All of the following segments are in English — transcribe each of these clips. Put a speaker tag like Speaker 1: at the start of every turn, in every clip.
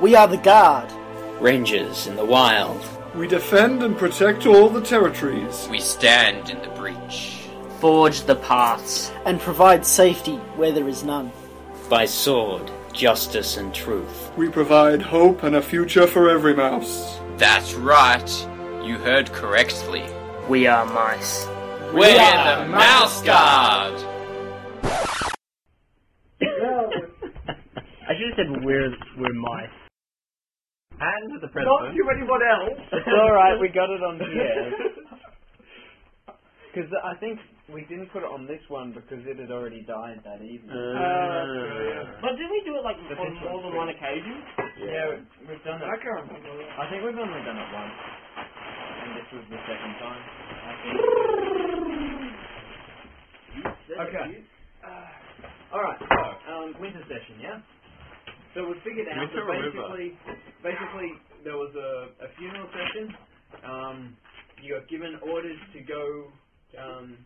Speaker 1: We are the guard.
Speaker 2: Rangers in the wild.
Speaker 3: We defend and protect all the territories.
Speaker 4: We stand in the breach.
Speaker 5: Forge the paths.
Speaker 1: And provide safety where there is none.
Speaker 2: By sword, justice, and truth.
Speaker 3: We provide hope and a future for every mouse.
Speaker 4: That's right. You heard correctly.
Speaker 5: We are mice.
Speaker 4: We're, the Mouse Guard!
Speaker 6: I should have said we're we're mice. And the predator.
Speaker 7: anyone else.
Speaker 6: It's alright, we got it on here. Because I think we didn't put it on this one because it had already died that evening.
Speaker 7: But did we do it like
Speaker 6: The
Speaker 7: on
Speaker 6: picture
Speaker 7: more
Speaker 6: was
Speaker 7: than
Speaker 6: pretty-
Speaker 7: one occasion?
Speaker 6: yeah, we- we've done it.
Speaker 7: I can't remember.
Speaker 6: I think we've only done it once. And this was the second time. I think. Okay. Uh, Alright, so, um, winter session, yeah? So we figured out
Speaker 7: Winter
Speaker 6: that basically, basically there was a, a funeral session. Um, you got given orders to go, um,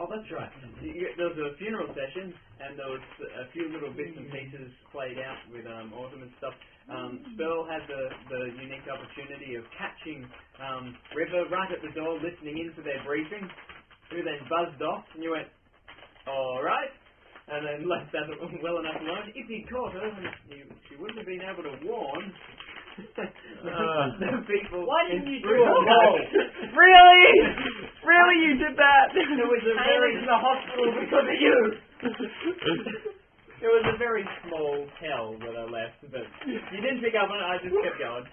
Speaker 6: oh that's right. You- you- There was a funeral session and there was a few little bits and pieces played out with um, autumn and stuff. Um, Spell had the, the unique opportunity of catching um, River right at the door listening in to their briefing, who then buzzed off and you went, alright, and then left that well enough alone. If he caught her, then you, she wouldn't have been able to warn the, the people.
Speaker 7: Why didn't
Speaker 6: in
Speaker 7: you do
Speaker 6: Spruce
Speaker 7: all
Speaker 6: Knoll.
Speaker 7: Really? Really, you did that?
Speaker 6: It was a
Speaker 7: I
Speaker 6: very
Speaker 7: was in the hospital because of you.
Speaker 6: It was a very small tell that I left, but you didn't pick up on it. I just kept going.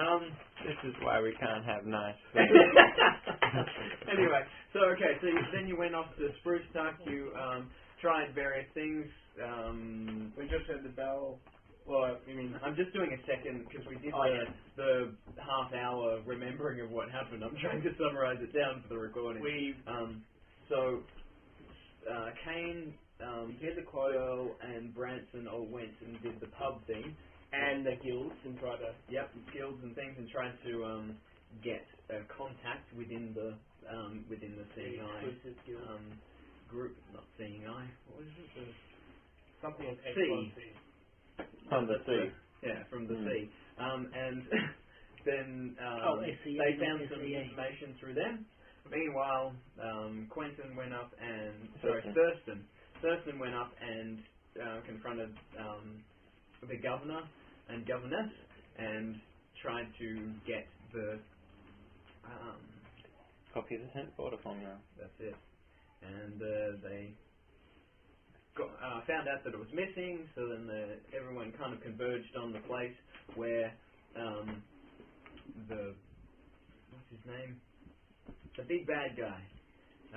Speaker 6: um, this is why we can't have nice. anyway, so okay, so you, then you went off to Spruce Tuck. You um, tried various things. Um, we just heard the bell. Well, I mean, I'm just doing a second because we
Speaker 7: Oh,
Speaker 6: did the, the half hour remembering of what happened. I'm trying to summarize it down for the recording.
Speaker 7: We
Speaker 6: Um, so, uh, Kane, um, Hezekiah, and Branson all went and did the pub thing.
Speaker 7: and the guilds and try to.
Speaker 6: Yep, guilds and things, and tried to um, get a contact within the um, within the seeing eye
Speaker 7: Exclusive guild.
Speaker 6: um, group. Not seeing eye. What is it? The-
Speaker 7: Something on
Speaker 6: Sea.
Speaker 7: XYZ.
Speaker 6: From the sea. Yeah, from the sea. Um, and then um,
Speaker 1: Oh, I see,
Speaker 6: they
Speaker 1: I
Speaker 6: found
Speaker 1: see,
Speaker 6: some
Speaker 1: yeah.
Speaker 6: information through them. Meanwhile, um, Quentin went up and sorry, Thurston. Thurston went up and uh, confronted um, the governor and governess and tried to get the um,
Speaker 8: Copy the sent border formula.
Speaker 6: that's it. And uh, they got, uh, found out that it was missing, so then the, everyone kind of converged on the place where um, the what's his name, the big bad guy,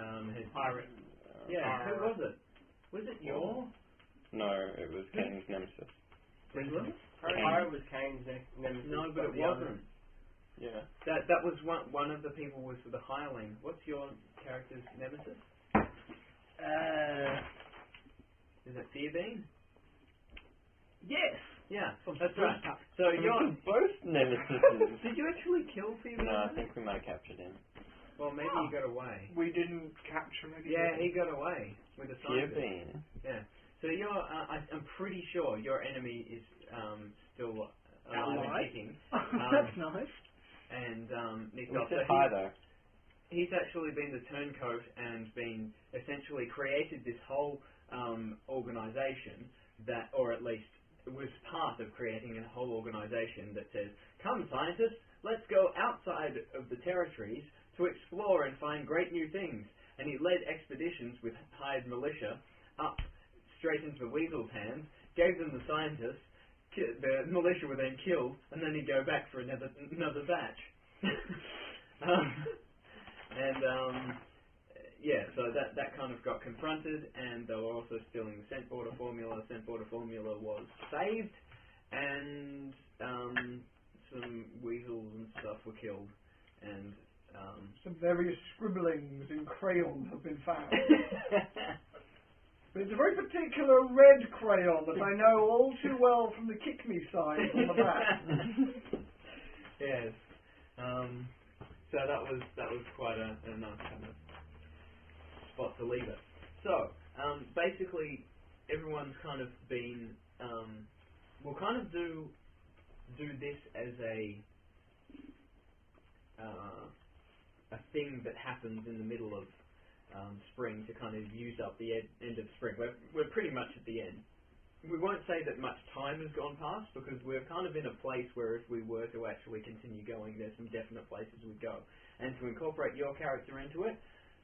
Speaker 6: um, had
Speaker 7: Pirate. Uh,
Speaker 6: Yeah, who
Speaker 7: Pirate.
Speaker 6: was it? Was it your
Speaker 8: No, it was King's nemesis.
Speaker 6: Brisbane?
Speaker 7: Pirate was Kane's next nemesis.
Speaker 6: No, but it
Speaker 7: the other-
Speaker 6: wasn't.
Speaker 8: Yeah.
Speaker 6: That that was one one of the people was the hireling. What's your character's nemesis?
Speaker 7: Uh,
Speaker 6: Is it Fearbane?
Speaker 7: yes.
Speaker 6: Yeah, that's right. So
Speaker 8: We
Speaker 6: your
Speaker 8: killed both nemesises.
Speaker 6: Did you actually kill Fearbane?
Speaker 8: no, I think we might have captured him.
Speaker 6: Well, maybe he got away.
Speaker 7: We didn't capture him.
Speaker 6: Yeah, he got away with a
Speaker 8: Here
Speaker 6: sniper.
Speaker 8: being.
Speaker 6: Yeah. So you're, uh, I, I'm pretty sure your enemy is um, still alive,
Speaker 1: Alive?
Speaker 6: and kicking, Um,
Speaker 1: That's
Speaker 7: Um,
Speaker 1: nice.
Speaker 6: and um, Nick
Speaker 8: We
Speaker 6: off.
Speaker 8: said
Speaker 6: So
Speaker 8: hi
Speaker 6: he's,
Speaker 8: though.
Speaker 6: he's actually been the turncoat and been essentially created this whole um, organization that, or at least was part of creating a whole organization that says, come scientists, let's go outside of the territories to explore and find great new things. And he led expeditions with hired militia up straight into the weasel's hands, gave them the scientists, ki- the militia were then killed, and then he'd go back for another, another batch. um, and um, yeah, so that that kind of got confronted, and they were also stealing the scent border formula. The scent border formula was saved, and um, some weasels and stuff were killed, and um,
Speaker 7: Some various scribblings in crayon have been found. But it's a very particular red crayon that I know all too well from the kick me sign on the back.
Speaker 6: yes. Um, so that was that was quite a, a nice kind of spot to leave it. So um, basically, everyone's kind of been um, we'll kind of do do this as a uh, a thing that happens in the middle of um, spring to kind of use up the ed- end of spring. We're we're pretty much at the end. We won't say that much time has gone past because we're kind of in a place where if we were to actually continue going, there's some definite places we go. And to incorporate your character into it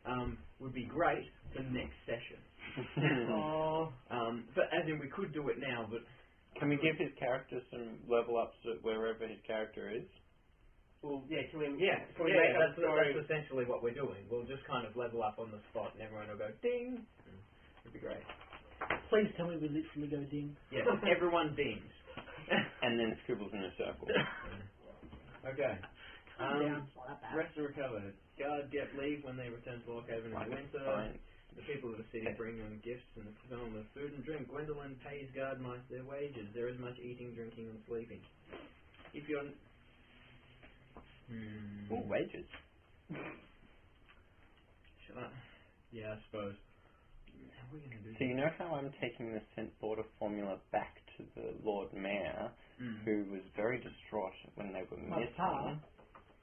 Speaker 6: um, would be great for next session.
Speaker 7: Oh,
Speaker 6: Um, but as in, we could do it now, but
Speaker 9: Can we give his character some level ups at wherever his character is?
Speaker 7: well, yeah, can we,
Speaker 6: Yeah,
Speaker 7: can we
Speaker 6: yeah,
Speaker 7: make up
Speaker 6: that's,
Speaker 7: a story?
Speaker 6: that's essentially what we're doing. We'll just kind of level up on the spot, and everyone will go ding. It'd be great.
Speaker 10: Please tell me we literally go ding.
Speaker 6: Yeah, everyone dings.
Speaker 9: And then scribbles in a circle.
Speaker 6: okay.
Speaker 10: Calm
Speaker 6: Um,
Speaker 10: down, slap out.
Speaker 6: Rest and recover. Guard get leave when they return to Lockhaven in
Speaker 9: Like
Speaker 6: the
Speaker 9: it's
Speaker 6: winter.
Speaker 9: fine.
Speaker 6: The people of the city bring them gifts in the form of food and drink. Gwendolyn pays guard mice their wages. There is much eating, drinking, and sleeping. If you're... Hmm.
Speaker 9: Ooh, wages.
Speaker 6: Shall I? Yeah, I suppose. How are we going to do
Speaker 9: So you know how I'm taking the scent border formula back to the Lord Mayor,
Speaker 6: Mm.
Speaker 9: who was very distraught when they were
Speaker 10: My
Speaker 9: missing.
Speaker 10: pa.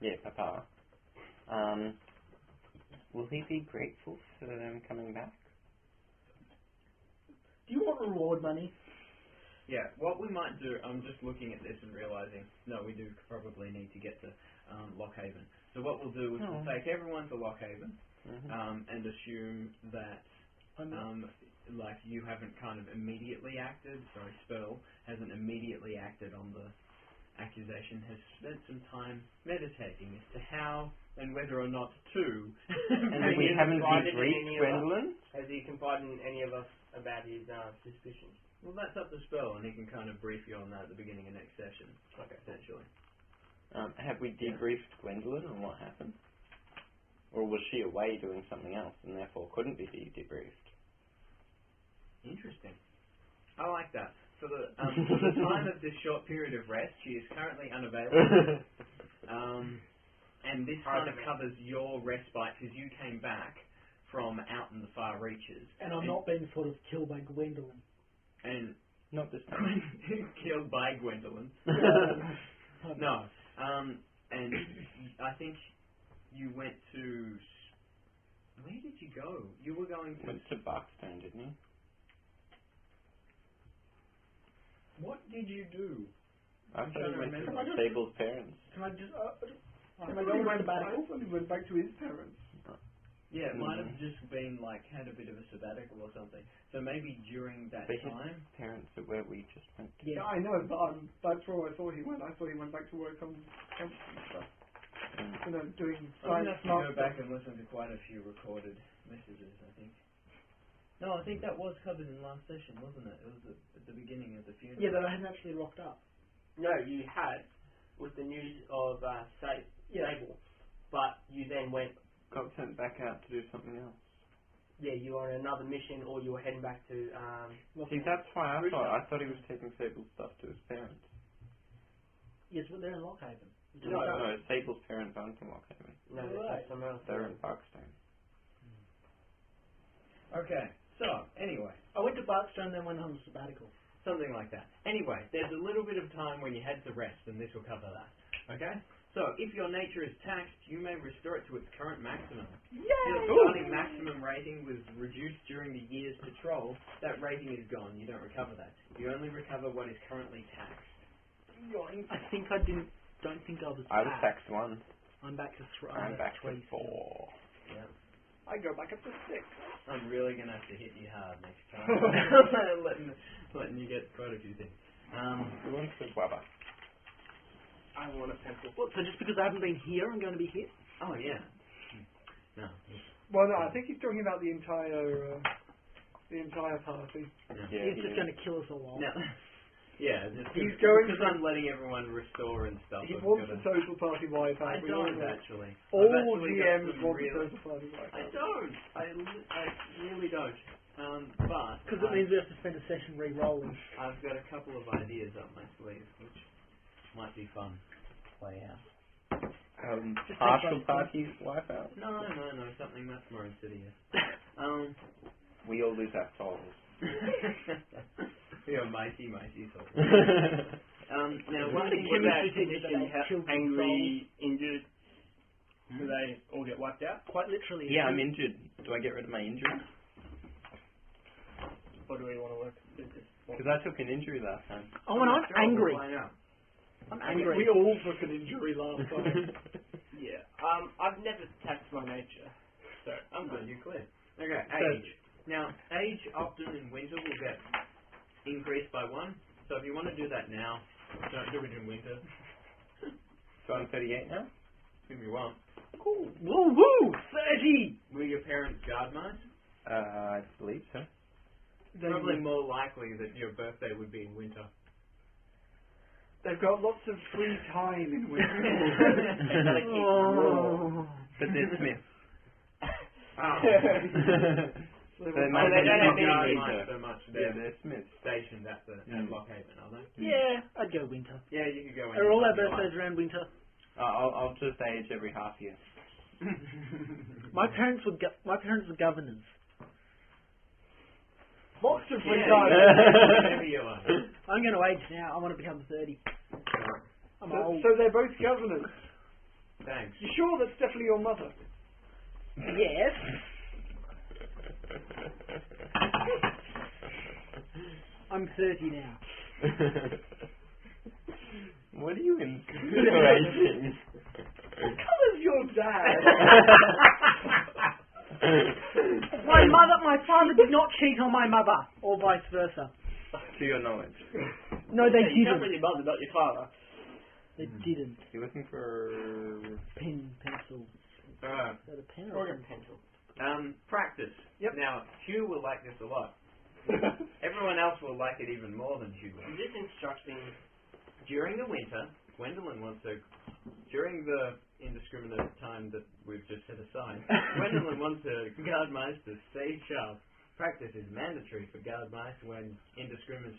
Speaker 9: Yeah, Papa. Um, will he be grateful for them coming back?
Speaker 10: Do you want reward money?
Speaker 6: Yeah, what we might do, I'm just looking at this and realising, no, we do probably need to get to um, Lockhaven. So what we'll do is we'll
Speaker 9: Oh.
Speaker 6: take everyone to Lockhaven
Speaker 9: Mhm.
Speaker 6: um, and assume that,
Speaker 10: I'm
Speaker 6: um, like, you haven't kind of immediately acted, sorry, Spurl hasn't immediately acted on the accusation, has spent some time meditating as to how and whether or not to.
Speaker 9: and
Speaker 6: bring
Speaker 9: we
Speaker 6: in-
Speaker 9: haven't
Speaker 11: invited
Speaker 9: debriefed
Speaker 11: any of us?
Speaker 9: Gwendolyn.
Speaker 11: Has he confided in any of us about his uh, suspicions?
Speaker 6: Well, that's up to Spurl, and he can kind of brief you on that at the beginning of next session, essentially.
Speaker 9: Um, have we debriefed Gwendolyn on what happened? Or was she away doing something else and therefore couldn't be debriefed?
Speaker 6: Interesting. I like that. For the, um, for the time of this short period of rest, she is currently unavailable. Um, and this
Speaker 11: Hard
Speaker 6: kind of
Speaker 11: to
Speaker 6: covers your respite because you came back from out in the far reaches.
Speaker 10: and I'm not being sort of killed by Gwendolyn.
Speaker 6: And
Speaker 9: Not this time.
Speaker 6: killed by Gwendolyn. No. Um, and I think you went to. s- Where did you go? You were going to.
Speaker 9: Went to Barkstone, didn't he?
Speaker 6: What did you do?
Speaker 9: I
Speaker 6: I'm
Speaker 9: thought he
Speaker 6: trying to
Speaker 9: went
Speaker 6: remember.
Speaker 9: to Sable's parents.
Speaker 7: Can I just, uh, I,
Speaker 10: Can I
Speaker 7: thought he
Speaker 10: do
Speaker 7: went,
Speaker 10: sabbatical?
Speaker 7: I thought he went back to his parents.
Speaker 6: Yeah, it might have
Speaker 11: Mm-hmm.
Speaker 9: Mm.
Speaker 6: just been like had a bit of a sabbatical or something. So maybe during that
Speaker 9: They had-
Speaker 6: time.
Speaker 9: Parents are where we just went.
Speaker 10: Yeah.
Speaker 7: Yeah, I know, but um, that's where I thought he went. I thought he went back to work on camp and stuff,
Speaker 9: Mm.
Speaker 7: you know, doing
Speaker 6: I'm
Speaker 7: science.
Speaker 6: gonna have to go back and listen to quite a few recorded messages. I think. No, I think that was covered in last session, wasn't it? It was at, at the beginning of the funeral.
Speaker 10: Yeah, but I hadn't actually rocked up.
Speaker 11: No, you had with the news of uh, Sa-
Speaker 10: Yeah.
Speaker 11: Sable, but you then went.
Speaker 9: Got sent back out to do something else.
Speaker 11: Yeah, you were on another mission, or you were heading back to. Um,
Speaker 9: See, that's why I thought. I thought he was taking Sable's stuff to his parents.
Speaker 10: Yes, but they're in Lockhaven.
Speaker 9: No, no, Sable's parents aren't in Lockhaven.
Speaker 11: no,
Speaker 10: Right.
Speaker 11: that's somewhere else.
Speaker 9: They're in Barkstone.
Speaker 6: Okay. So anyway,
Speaker 10: I went to Barkstone, then went on a sabbatical.
Speaker 6: something like that. Anyway, there's a little bit of time when you had to rest, and this will cover that. Okay. So if your nature is taxed, you may restore it to its current maximum. Your starting maximum rating was reduced during the year's patrol. That rating is gone. You don't recover that. You only recover what is currently taxed.
Speaker 10: I think I didn't. Don't think I was.
Speaker 9: I was
Speaker 6: Ah.
Speaker 10: back.
Speaker 9: taxed one.
Speaker 10: I'm back to three.
Speaker 9: I'm back to
Speaker 10: three.
Speaker 9: four.
Speaker 7: I go back up to six.
Speaker 6: I'm really gonna have to hit you hard next time. letting, letting you get quite a few things. Um,
Speaker 9: Who wants the Wabba?
Speaker 7: I want a pencil.
Speaker 10: What, so just because I haven't been here, I'm going to be hit?
Speaker 6: oh yeah. No.
Speaker 7: Well, no, I think he's talking about the entire, uh, the entire party.
Speaker 9: Yeah,
Speaker 10: He's
Speaker 9: yeah.
Speaker 10: just going to kill us all.
Speaker 6: No. Yeah, just
Speaker 7: He's going
Speaker 6: because
Speaker 7: for-
Speaker 6: I'm letting everyone restore and stuff.
Speaker 7: He
Speaker 6: I've
Speaker 7: wants
Speaker 6: gotta-
Speaker 7: a social party wipeout.
Speaker 6: I
Speaker 7: we
Speaker 6: don't
Speaker 7: know.
Speaker 6: actually. Um, I've
Speaker 7: All
Speaker 6: actually got
Speaker 7: GMs
Speaker 6: some
Speaker 7: want
Speaker 6: really-
Speaker 7: a social party
Speaker 6: I
Speaker 7: wipeout.
Speaker 6: don't. I, li- I really don't. Um, but
Speaker 10: Because it
Speaker 6: I-
Speaker 10: means we have to spend a session re-rolling.
Speaker 6: I've got a couple of ideas up my sleeve, which might be fun. to Play out.
Speaker 9: Um,
Speaker 10: Just
Speaker 9: partial
Speaker 10: take both
Speaker 9: party wipeout.
Speaker 6: No, no, no, something much more insidious. Um,
Speaker 9: We all lose our souls.
Speaker 6: We are mighty, mighty souls.
Speaker 9: That's
Speaker 12: Um, now,
Speaker 7: Is
Speaker 12: one
Speaker 7: it
Speaker 12: thing
Speaker 7: the
Speaker 12: about
Speaker 7: chemistry teacher
Speaker 12: condition
Speaker 7: that
Speaker 12: how
Speaker 7: killed
Speaker 12: angry, injured, do they all get wiped out,
Speaker 7: Quite literally.
Speaker 9: yeah, I'm injured. Do I get rid of my injury?
Speaker 12: or do we want to work? it's just-
Speaker 9: Because I took an injury last time.
Speaker 7: Oh, and I'm
Speaker 12: Sure,
Speaker 7: angry.
Speaker 12: why not?
Speaker 7: I'm angry.
Speaker 13: We all took an injury last time.
Speaker 12: Yeah. Um, I've never taxed my nature, so I'm
Speaker 6: Oh,
Speaker 12: good.
Speaker 6: you're clear. Okay, age. Now, age often in winter will get increased by one. So if you want to do that now, don't do it in winter.
Speaker 9: So I'm 38 now?
Speaker 6: If you want.
Speaker 7: Cool. Woo woo! Thirty.
Speaker 6: Were your parents guard mice?
Speaker 9: Uh, I believe so.
Speaker 13: They-
Speaker 6: Probably more likely that your birthday would be in winter.
Speaker 13: They've got lots of free time in winter.
Speaker 7: Oh.
Speaker 9: but they're Smith.
Speaker 6: Oh.
Speaker 13: so they
Speaker 9: They
Speaker 13: were-
Speaker 9: might
Speaker 12: they
Speaker 9: be
Speaker 12: don't have
Speaker 9: not
Speaker 12: any
Speaker 9: guard
Speaker 12: reason.
Speaker 9: mice.
Speaker 6: so much.
Speaker 9: Yeah,
Speaker 6: They're
Speaker 9: they're Smiths.
Speaker 6: stationed at the at
Speaker 9: Mm.
Speaker 6: Lockhaven, are they?
Speaker 7: Yeah, I'd go winter.
Speaker 6: Yeah, you could go.
Speaker 7: Are all
Speaker 6: anytime you
Speaker 7: our
Speaker 6: like.
Speaker 7: birthdays around winter?
Speaker 9: I- I'll, I'll just age every half year.
Speaker 7: My parents were go- my parents were governors.
Speaker 13: Lots of free
Speaker 6: Yeah,
Speaker 13: time.
Speaker 6: you can do whatever you like.
Speaker 7: I'm going to age now. I want to become thirty. I'm
Speaker 13: So,
Speaker 7: old.
Speaker 13: so they're both governors.
Speaker 6: Thanks.
Speaker 13: You sure that's definitely your mother?
Speaker 7: yes. I'm thirty now.
Speaker 9: what are you insinuating?
Speaker 13: Colour's your dad.
Speaker 7: My mother, my father did not cheat on my mother, or vice versa.
Speaker 9: to your knowledge.
Speaker 7: No, they
Speaker 12: you can't
Speaker 7: didn't.
Speaker 12: really bother about your father.
Speaker 7: They didn't.
Speaker 9: You're looking for.
Speaker 7: Pen, pencil.
Speaker 6: Uh,
Speaker 7: Is that a pen or
Speaker 12: Or
Speaker 7: a
Speaker 12: your
Speaker 7: pencil?
Speaker 12: pencil.
Speaker 6: um, practice.
Speaker 13: Yep.
Speaker 6: Now, Hugh will like this a lot. Everyone else will like it even more than Hugh will.
Speaker 12: This instruction
Speaker 6: During the winter, Gwendolyn wants to. During the indiscriminate time that we've just set aside, Gwendolyn wants to guard mice to stay sharp. Practice is mandatory for guard mice when indiscriminate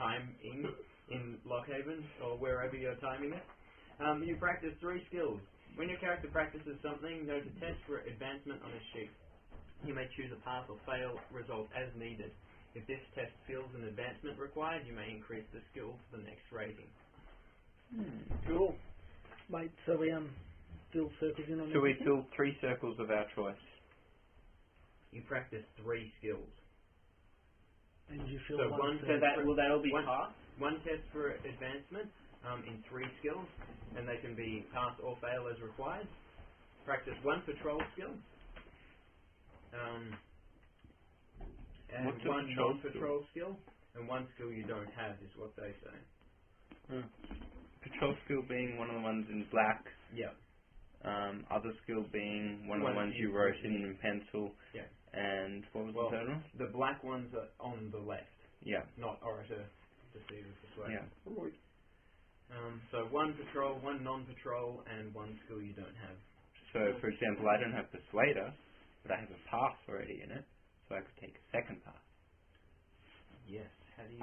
Speaker 6: time in, in Lockhaven or wherever you're timing it. Um, you practice three skills. When your character practices something, note a test for advancement on a sheet. You may choose a pass or fail result as needed. If this test feels an advancement required, you may increase the skill to the next rating.
Speaker 7: Cool. Mate, so we um fill circles in on
Speaker 9: So we
Speaker 7: everything?
Speaker 9: fill three circles of our choice.
Speaker 6: You practice three skills.
Speaker 7: and you fill
Speaker 6: So one
Speaker 7: one,
Speaker 12: so
Speaker 7: circle.
Speaker 12: that will that all be
Speaker 6: One-
Speaker 12: passed?
Speaker 6: One test for advancement um, in three skills, and they can be pass or fail as required. Practice one patrol skill. Um, and
Speaker 9: What's a
Speaker 6: one
Speaker 9: patrol
Speaker 6: non-patrol skill? and one skill you don't have is what they say.
Speaker 9: Patrol skill being one of the ones in black,
Speaker 6: Yeah.
Speaker 9: um, other skill being one of
Speaker 6: One
Speaker 9: the ones you
Speaker 6: you-
Speaker 9: wrote in in pencil,
Speaker 6: Yeah.
Speaker 9: and what was
Speaker 6: Well-
Speaker 9: the third one?
Speaker 6: The black ones are on the left,
Speaker 9: Yeah,
Speaker 6: not orator, deceiver, persuader.
Speaker 9: yeah.
Speaker 6: Um, so one patrol, one non-patrol, and one skill you don't have.
Speaker 9: So, for example, I don't have Persuader, but I have a pass already in it, so I could take a second pass.
Speaker 6: Yes. How do you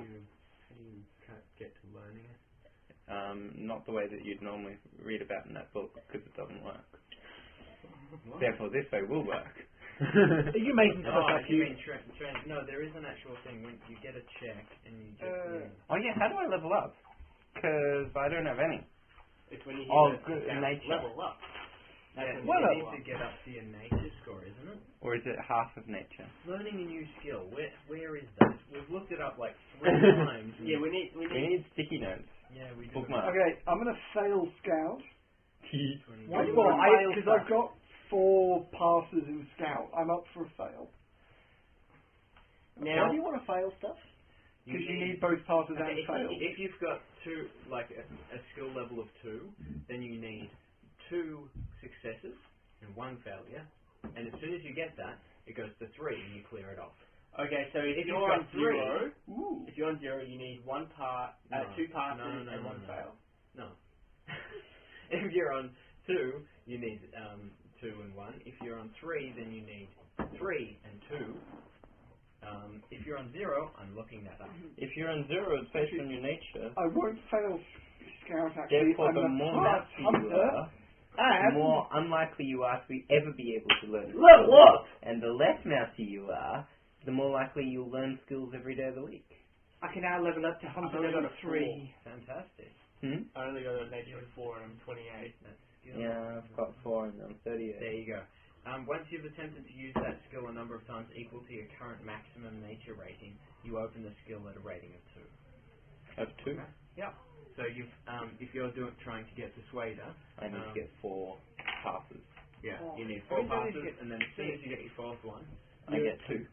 Speaker 6: how do you ca- get to learning it?
Speaker 9: Um, not the way that you'd normally read about in that book, because it doesn't work.
Speaker 6: What?
Speaker 9: Therefore, this way will work.
Speaker 7: Are you making stuff
Speaker 6: Oh,
Speaker 7: up?
Speaker 6: you mean tra- tra- no? There is an actual thing when you get a check and you just
Speaker 13: Uh,
Speaker 6: yeah.
Speaker 9: oh yeah, how do I level up? Because I don't have any.
Speaker 12: It's when you
Speaker 9: Oh,
Speaker 12: hit
Speaker 9: good,
Speaker 12: the down,
Speaker 9: nature.
Speaker 12: level up. That's
Speaker 6: Yeah,
Speaker 12: when
Speaker 6: you
Speaker 12: you
Speaker 6: need
Speaker 12: level
Speaker 6: to
Speaker 12: up.
Speaker 6: get up to your nature score, isn't it?
Speaker 9: Or is it half of nature?
Speaker 6: Learning a new skill. Where where is that? We've looked it up like three times.
Speaker 12: Yeah, we need we
Speaker 9: We
Speaker 12: need
Speaker 9: need sticky notes.
Speaker 6: Yeah, we do.
Speaker 9: Bookmark.
Speaker 13: Okay, I'm gonna fail scout.
Speaker 7: Why do you
Speaker 13: well,
Speaker 7: want
Speaker 13: I
Speaker 7: fail
Speaker 13: because
Speaker 7: scout?
Speaker 13: I've got four passes in scout. I'm up for a fail
Speaker 7: Why do
Speaker 12: now.
Speaker 7: you want to fail stuff?
Speaker 13: because you need both passes
Speaker 6: Okay,
Speaker 13: and
Speaker 6: if,
Speaker 13: fail.
Speaker 6: if you've got two, like a, a skill level of two, then you need two successes and one failure, and as soon as you get that, it goes to three and you clear it off.
Speaker 12: Okay, so if,
Speaker 6: If
Speaker 12: you're
Speaker 6: you've got
Speaker 12: on zero,
Speaker 6: three-
Speaker 13: Ooh.
Speaker 12: if you're on zero, you need one part, uh,
Speaker 6: No.
Speaker 12: two passes,
Speaker 6: No, no,
Speaker 12: and
Speaker 6: no,
Speaker 12: one
Speaker 6: no.
Speaker 12: fail.
Speaker 6: No. if you're on two, you need um, two and one. If you're on three, then you need three and two. Um, if you're on zero, I'm looking that up.
Speaker 9: If you're on zero, it's based on your nature.
Speaker 13: I won't fail s- scout actually. I'm
Speaker 9: Therefore, the
Speaker 13: a
Speaker 9: more
Speaker 13: pass
Speaker 9: master you
Speaker 13: hunter,
Speaker 9: are, the
Speaker 13: and
Speaker 9: more unlikely you are to ever be able to learn. a
Speaker 12: Level
Speaker 9: skill. And the less mousy you are, the more likely you'll learn skills every day of the week.
Speaker 3: I can now level up to hunter
Speaker 7: only
Speaker 3: level
Speaker 7: got a
Speaker 3: three.
Speaker 6: Fantastic.
Speaker 9: Hmm?
Speaker 3: I only got a negative four and I'm 28.
Speaker 6: Skill.
Speaker 9: Yeah, I've got four and I'm 38.
Speaker 6: There you go. Um, once you've attempted to use that skill a number of times equal to your current maximum nature rating, you open the skill at a rating of two.
Speaker 9: Have two.
Speaker 6: Okay. Yeah. So you've, um, if you're doing, trying to get Persuader,
Speaker 9: I need
Speaker 6: Um,
Speaker 9: to get four passes.
Speaker 6: yeah,
Speaker 3: Oh.
Speaker 6: you need four
Speaker 3: Wait till you
Speaker 6: passes,
Speaker 3: get
Speaker 6: and then as soon as you get your fourth one,
Speaker 9: I
Speaker 6: you-
Speaker 9: get two.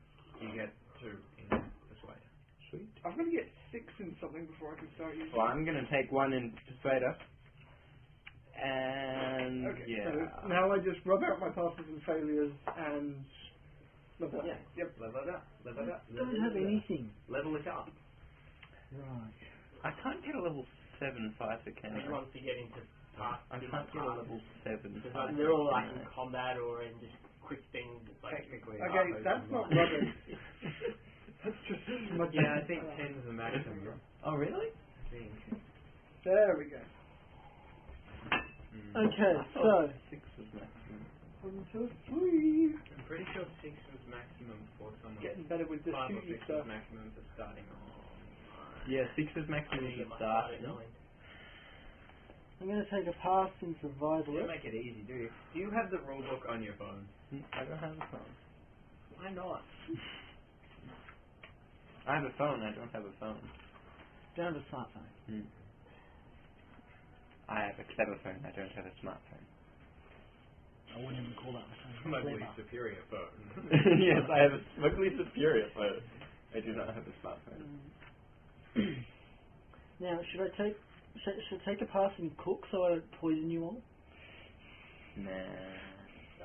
Speaker 6: you get two in Persuader.
Speaker 9: Sweet.
Speaker 3: I'm going to get six in something before I can start using
Speaker 9: Well, I'm gonna take one and persuade us. And
Speaker 14: Okay,
Speaker 9: yeah,
Speaker 14: so now I just rub out my passes and failures and level up.
Speaker 6: Yeah.
Speaker 14: Yep.
Speaker 6: Level it up. Level it up.
Speaker 7: Don't
Speaker 6: level
Speaker 7: have
Speaker 6: it up.
Speaker 7: anything.
Speaker 6: Level it up.
Speaker 7: Right.
Speaker 9: I can't get a level seven fighter, can I?
Speaker 3: Everyone to get into past.
Speaker 9: I can't get a level seven
Speaker 3: Because
Speaker 9: fighter.
Speaker 3: like, they're all like in
Speaker 9: can I?
Speaker 3: combat or in just quick things. Like,
Speaker 6: Technically,
Speaker 14: Okay,
Speaker 6: half is
Speaker 14: that's
Speaker 6: the
Speaker 14: not
Speaker 6: max.
Speaker 14: rubbish. that's just much
Speaker 6: Yeah, I think ten's the maximum.
Speaker 9: Oh really?
Speaker 6: I think.
Speaker 14: There we go.
Speaker 6: Mm.
Speaker 7: Okay, so
Speaker 9: Oh, Six is maximum.
Speaker 14: One, two, three.
Speaker 6: I'm pretty sure six was maximum for someone.
Speaker 14: Getting better with this
Speaker 6: Five or
Speaker 14: shooty
Speaker 6: six was
Speaker 14: stuff.
Speaker 6: maximum for starting on.
Speaker 9: Yeah, six is maximum
Speaker 3: get
Speaker 9: at the
Speaker 3: my
Speaker 9: start.
Speaker 3: starter going.
Speaker 7: I'm going to take a pass in survival.
Speaker 6: Don't make it easy, do you? Do you have the rule book on your phone?
Speaker 9: Hmm, I don't have a phone.
Speaker 6: Why not?
Speaker 9: I have a phone. I don't have a phone.
Speaker 7: Down to smartphone.
Speaker 9: I have a clever phone. I don't have a smartphone.
Speaker 7: I wouldn't even call that a phone.
Speaker 6: Probably
Speaker 7: Clever.
Speaker 6: superior phone.
Speaker 9: yes, I have a smugly superior phone. I do not have a smartphone.
Speaker 7: Now, should I take should, should I take a pass and cook so I don't poison you all?
Speaker 9: Nah.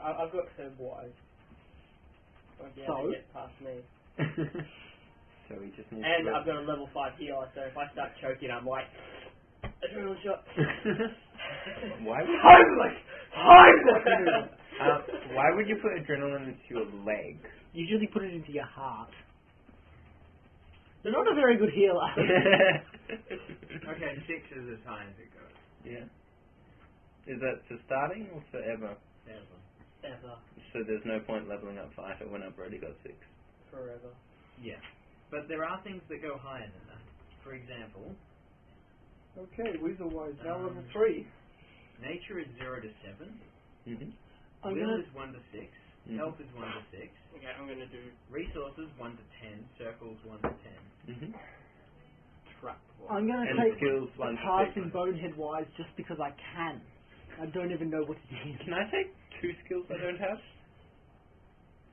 Speaker 3: I, I've got herb wise. Won't be able
Speaker 7: So?
Speaker 3: to get past me.
Speaker 9: so we just need
Speaker 3: And
Speaker 9: to.
Speaker 3: I've got a level 5 healer, so if I start choking, I'm like, adrenaline shot.
Speaker 9: why would
Speaker 3: Homeless! Homeless!
Speaker 9: uh, why would you put adrenaline into your leg?
Speaker 7: Usually put it into your heart. You're not a very good healer.
Speaker 6: okay, six is as high as it goes.
Speaker 9: yeah. Is that for starting or forever?
Speaker 6: Ever.
Speaker 3: Ever.
Speaker 9: So there's no point leveling up fighter when I've already got six.
Speaker 3: Forever.
Speaker 6: Yeah. But there are things that go higher than that. For example,
Speaker 14: Okay, weasel wise. Now
Speaker 6: Um,
Speaker 14: level three.
Speaker 6: nature is zero to seven.
Speaker 9: Mm-hmm.
Speaker 7: I'm
Speaker 6: will
Speaker 7: gonna Mm-hmm.
Speaker 6: is one to 6
Speaker 9: Mhm.
Speaker 6: Health is one to six.
Speaker 3: Okay, I'm gonna do
Speaker 6: Resources one to ten. Circles one to ten.
Speaker 9: Mm-hmm.
Speaker 3: trap one.
Speaker 7: I'm gonna
Speaker 9: And
Speaker 7: take
Speaker 9: skills
Speaker 7: a
Speaker 9: one to
Speaker 7: pass
Speaker 9: six.
Speaker 7: in bonehead wise just because I can. I don't even know what it is.
Speaker 9: Can I take two skills I don't have?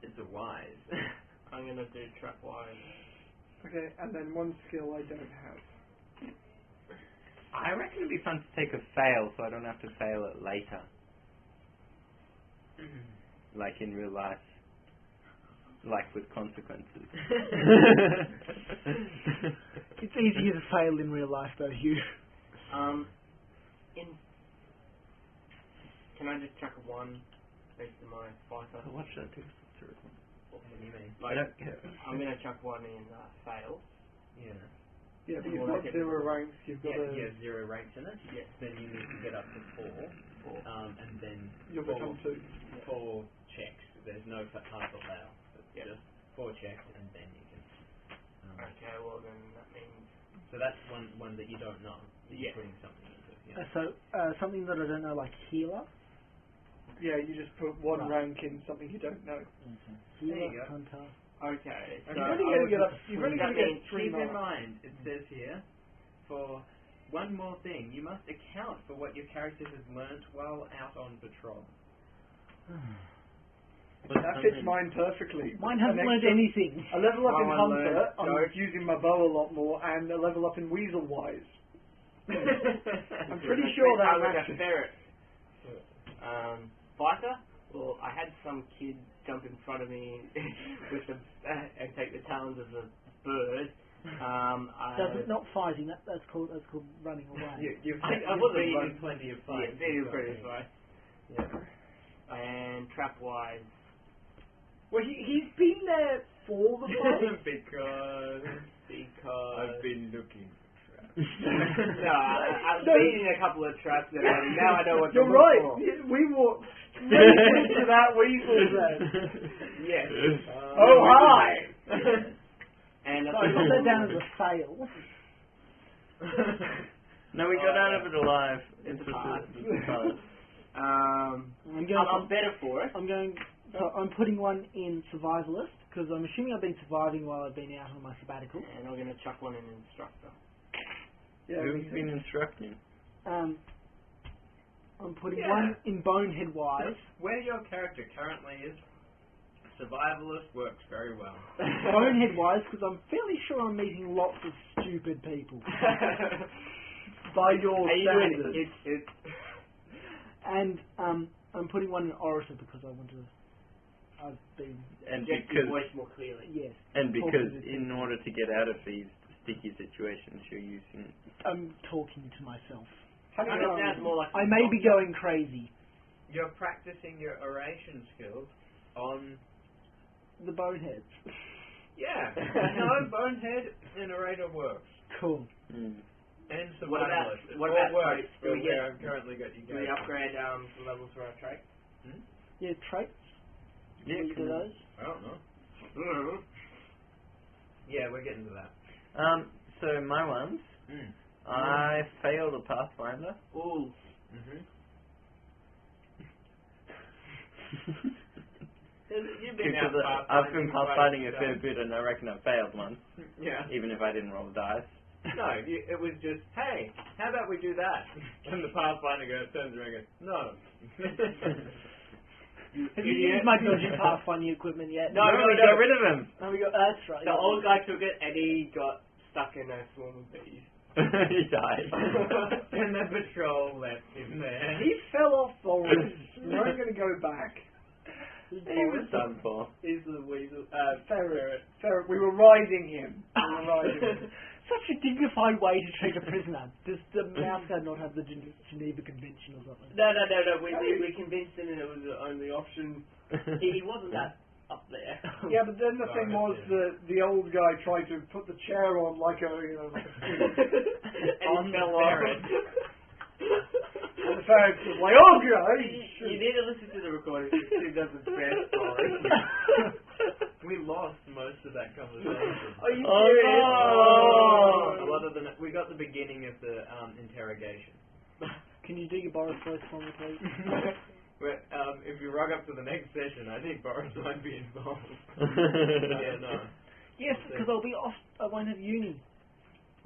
Speaker 6: It's a wise.
Speaker 3: I'm gonna do trap wise.
Speaker 14: Okay, and then one skill I don't have.
Speaker 9: I reckon it'd be fun to take a fail so I don't have to fail it later. like in real life. Like with consequences.
Speaker 7: It's easier to fail in real life though, Hugh.
Speaker 3: Um, in. Can I just chuck a one next to my fighter?
Speaker 9: what should I do? to record?
Speaker 6: what do you mean?
Speaker 9: I
Speaker 3: Like,
Speaker 9: don't care.
Speaker 3: I'm gonna chuck one in uh, fail.
Speaker 6: Yeah.
Speaker 14: Yeah, but
Speaker 3: And
Speaker 14: you've
Speaker 3: we'll
Speaker 14: got
Speaker 3: make it-
Speaker 14: zero ranks. You've got
Speaker 6: Yeah,
Speaker 14: a.
Speaker 6: you have zero ranks in it.
Speaker 3: Yes.
Speaker 6: Then you need to get up to four, um, and then
Speaker 14: You'll become two.
Speaker 6: four checks. There's no fa- half allow. It's
Speaker 3: Yep.
Speaker 6: just four checks, and then you can. Um,
Speaker 3: Okay, well then that means.
Speaker 6: So that's one one that you don't know. That
Speaker 3: Yeah.
Speaker 6: You're putting something into.
Speaker 7: Uh,
Speaker 6: Yeah.
Speaker 7: so uh, something that I don't know, like healer.
Speaker 14: Yeah, you just put one
Speaker 7: Right.
Speaker 14: rank in something you don't know.
Speaker 7: Healer,
Speaker 6: you go.
Speaker 7: hunter.
Speaker 3: Okay, so.
Speaker 14: You've only got to get up. You've only got to
Speaker 3: that
Speaker 14: get
Speaker 3: means
Speaker 14: three
Speaker 6: Keep in
Speaker 14: marks.
Speaker 6: mind, it says here, for one more thing, you must account for what your character has learnt while out on patrol.
Speaker 14: That fits mine perfectly.
Speaker 7: Mine
Speaker 14: An
Speaker 7: hasn't learned
Speaker 14: extra-
Speaker 7: anything.
Speaker 14: A level up in
Speaker 3: Well, I
Speaker 14: Hunter,
Speaker 3: learned
Speaker 14: I'm
Speaker 3: dodge.
Speaker 14: using my bow a lot more, and a level up in Weasel Wise.
Speaker 6: That's
Speaker 14: I'm pretty
Speaker 3: Next
Speaker 14: sure
Speaker 3: week
Speaker 14: that
Speaker 3: I was
Speaker 14: matches.
Speaker 3: a ferret. Um, biker. Well, I had some kid jump in front of me with the and take the talons of a bird. Um, I,
Speaker 7: That's it, not fighting. That, that's called that's called running away.
Speaker 6: you, you've
Speaker 3: I- I
Speaker 6: you've
Speaker 3: wasn't
Speaker 6: been
Speaker 3: even-
Speaker 6: in plenty of
Speaker 3: yeah,
Speaker 6: fights.
Speaker 3: very
Speaker 6: so-
Speaker 3: pretty right.
Speaker 6: Yeah.
Speaker 3: And trap wise.
Speaker 7: Well, he he's been there for the
Speaker 6: because
Speaker 3: Because
Speaker 6: been looking for traps.
Speaker 3: no, I, I've
Speaker 14: No.
Speaker 3: been in a couple of traps and now I know what to
Speaker 14: You're
Speaker 3: look
Speaker 14: right.
Speaker 3: for.
Speaker 14: y- We walked straight into that weasel then.
Speaker 3: Yes.
Speaker 14: Oh hi!
Speaker 3: And
Speaker 7: No,
Speaker 1: I've got that down as a fail.
Speaker 9: No, we got out of it alive. It's
Speaker 15: It's
Speaker 9: a
Speaker 15: hard.
Speaker 9: it's
Speaker 15: Um, I'm,
Speaker 1: I'm going.
Speaker 15: I'm better for it.
Speaker 1: I'm going. So I'm putting one in survivalist because I'm assuming I've been surviving while I've been out on my sabbatical.
Speaker 15: And I'm going to chuck one in instructor.
Speaker 9: a
Speaker 1: Yeah.
Speaker 9: Who's been instructing?
Speaker 1: Um, I'm putting
Speaker 6: Yeah.
Speaker 1: one in bonehead wise.
Speaker 6: Where your character currently is, survivalist works very well.
Speaker 1: bonehead wise because I'm fairly sure I'm meeting lots of stupid people by your
Speaker 15: Are you doing
Speaker 1: standards.
Speaker 15: it? It's,
Speaker 1: And um, I'm putting one in orator because I want to. I've been
Speaker 9: And
Speaker 15: it's your
Speaker 9: because
Speaker 15: voice more clearly.
Speaker 1: yes.
Speaker 9: and
Speaker 1: talking
Speaker 9: because
Speaker 1: to-
Speaker 9: in order to get out of these sticky situations, you're using
Speaker 1: I'm talking to myself.
Speaker 7: How do
Speaker 15: Kind
Speaker 7: you
Speaker 15: of
Speaker 7: know?
Speaker 15: sounds more like
Speaker 1: I may be going crazy.
Speaker 6: You're practicing your oration skills on.
Speaker 1: The boneheads.
Speaker 6: Yeah. no, bonehead and orator works.
Speaker 1: Cool.
Speaker 9: mm,
Speaker 6: And survivalist.
Speaker 15: What about-
Speaker 6: It's
Speaker 15: what
Speaker 6: all
Speaker 15: about
Speaker 6: works
Speaker 15: traits? Do
Speaker 6: for
Speaker 15: we
Speaker 6: where
Speaker 15: get-
Speaker 6: I've currently got you
Speaker 15: Do we
Speaker 6: going.
Speaker 15: upgrade um, the levels for our trait?
Speaker 1: Yeah, traits.
Speaker 9: Yeah,
Speaker 1: Will you do
Speaker 9: can I-
Speaker 1: those?
Speaker 6: I don't know. Mm-hmm. Yeah, we're getting to that.
Speaker 9: Um, so my ones.
Speaker 6: Mm.
Speaker 9: I failed a Pathfinder.
Speaker 15: Ooh,
Speaker 6: Mm-hmm. You've been
Speaker 9: Because
Speaker 6: out
Speaker 9: I, I've
Speaker 6: pathfinding
Speaker 9: been
Speaker 6: quite
Speaker 9: pathfinding a
Speaker 6: bit,
Speaker 9: fair
Speaker 6: um,
Speaker 9: bit, and I reckon I failed one,
Speaker 6: Yeah.
Speaker 9: even if I didn't roll dice.
Speaker 6: No, you, it was just, hey, how about we do that? And the pathfinder goes, turns around and goes, no.
Speaker 1: Have you used my dodgy pathfinding equipment yet?
Speaker 15: No, no, no.
Speaker 9: we got rid of him.
Speaker 1: No, we got. That's right.
Speaker 15: the old guy took it and he got stuck in a swarm of bees.
Speaker 9: he died.
Speaker 6: and the patrol left him there.
Speaker 7: He fell off Boris. We're not going to go back.
Speaker 9: he was done for.
Speaker 15: He's the weasel. Uh, ferret.
Speaker 7: Ferret, we were riding him. We were riding him.
Speaker 1: Such a dignified way to treat a prisoner. Does the mouse guy not have the Gen- Geneva Convention or something?
Speaker 15: No, no, no, no. We, we, we convinced him that it was the only option. He, he wasn't that up there.
Speaker 7: Yeah, but then the thing was the the old guy tried to put the chair on like a you know like a-
Speaker 15: and he
Speaker 6: On the
Speaker 15: fell
Speaker 6: ferret.
Speaker 15: off.
Speaker 7: and the ferret was like, Oh god
Speaker 15: You, you need to listen to the recording. It does the best story.
Speaker 6: We lost most of that conversation.
Speaker 15: Are you
Speaker 9: Oh,
Speaker 15: serious?
Speaker 9: no.
Speaker 15: Oh!
Speaker 6: A lot of the, we got the beginning of the um, interrogation.
Speaker 1: Can you do your Boris voice for me, please?
Speaker 6: But, um, if you rock up to the next session, I think Boris might be involved. yeah, no.
Speaker 1: Yes, because I'll be off. I won't have uni.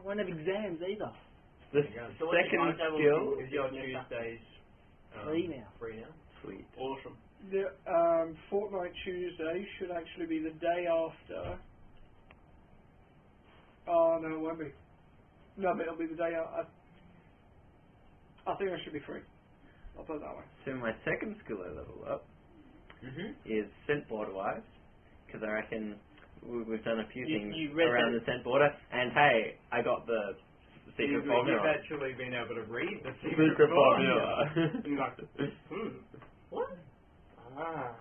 Speaker 1: I won't have exams either.
Speaker 6: There
Speaker 9: The
Speaker 6: you go.
Speaker 15: So what's your
Speaker 9: second
Speaker 15: timetable
Speaker 9: skill.
Speaker 6: Is your Tuesdays um,
Speaker 1: Free now.
Speaker 6: Free now.
Speaker 9: Sweet.
Speaker 15: Awesome.
Speaker 7: The um Fortnight Tuesday should actually be the day after Oh no it won't be. No, but it'll be the day after I think I should be free. I'll put it that way.
Speaker 9: So my second skill I level up
Speaker 6: Mm-hmm.
Speaker 9: is scent border wise, because I reckon we- we've done a few
Speaker 15: You-
Speaker 9: things
Speaker 15: you read
Speaker 9: around
Speaker 15: that-
Speaker 9: the scent border. And hey, I got the secret
Speaker 6: You've, you've
Speaker 9: formula.
Speaker 6: actually been able to read the secret,
Speaker 9: Secret
Speaker 6: formula.
Speaker 15: And you
Speaker 9: formula.
Speaker 15: got Hmm. What? Ah.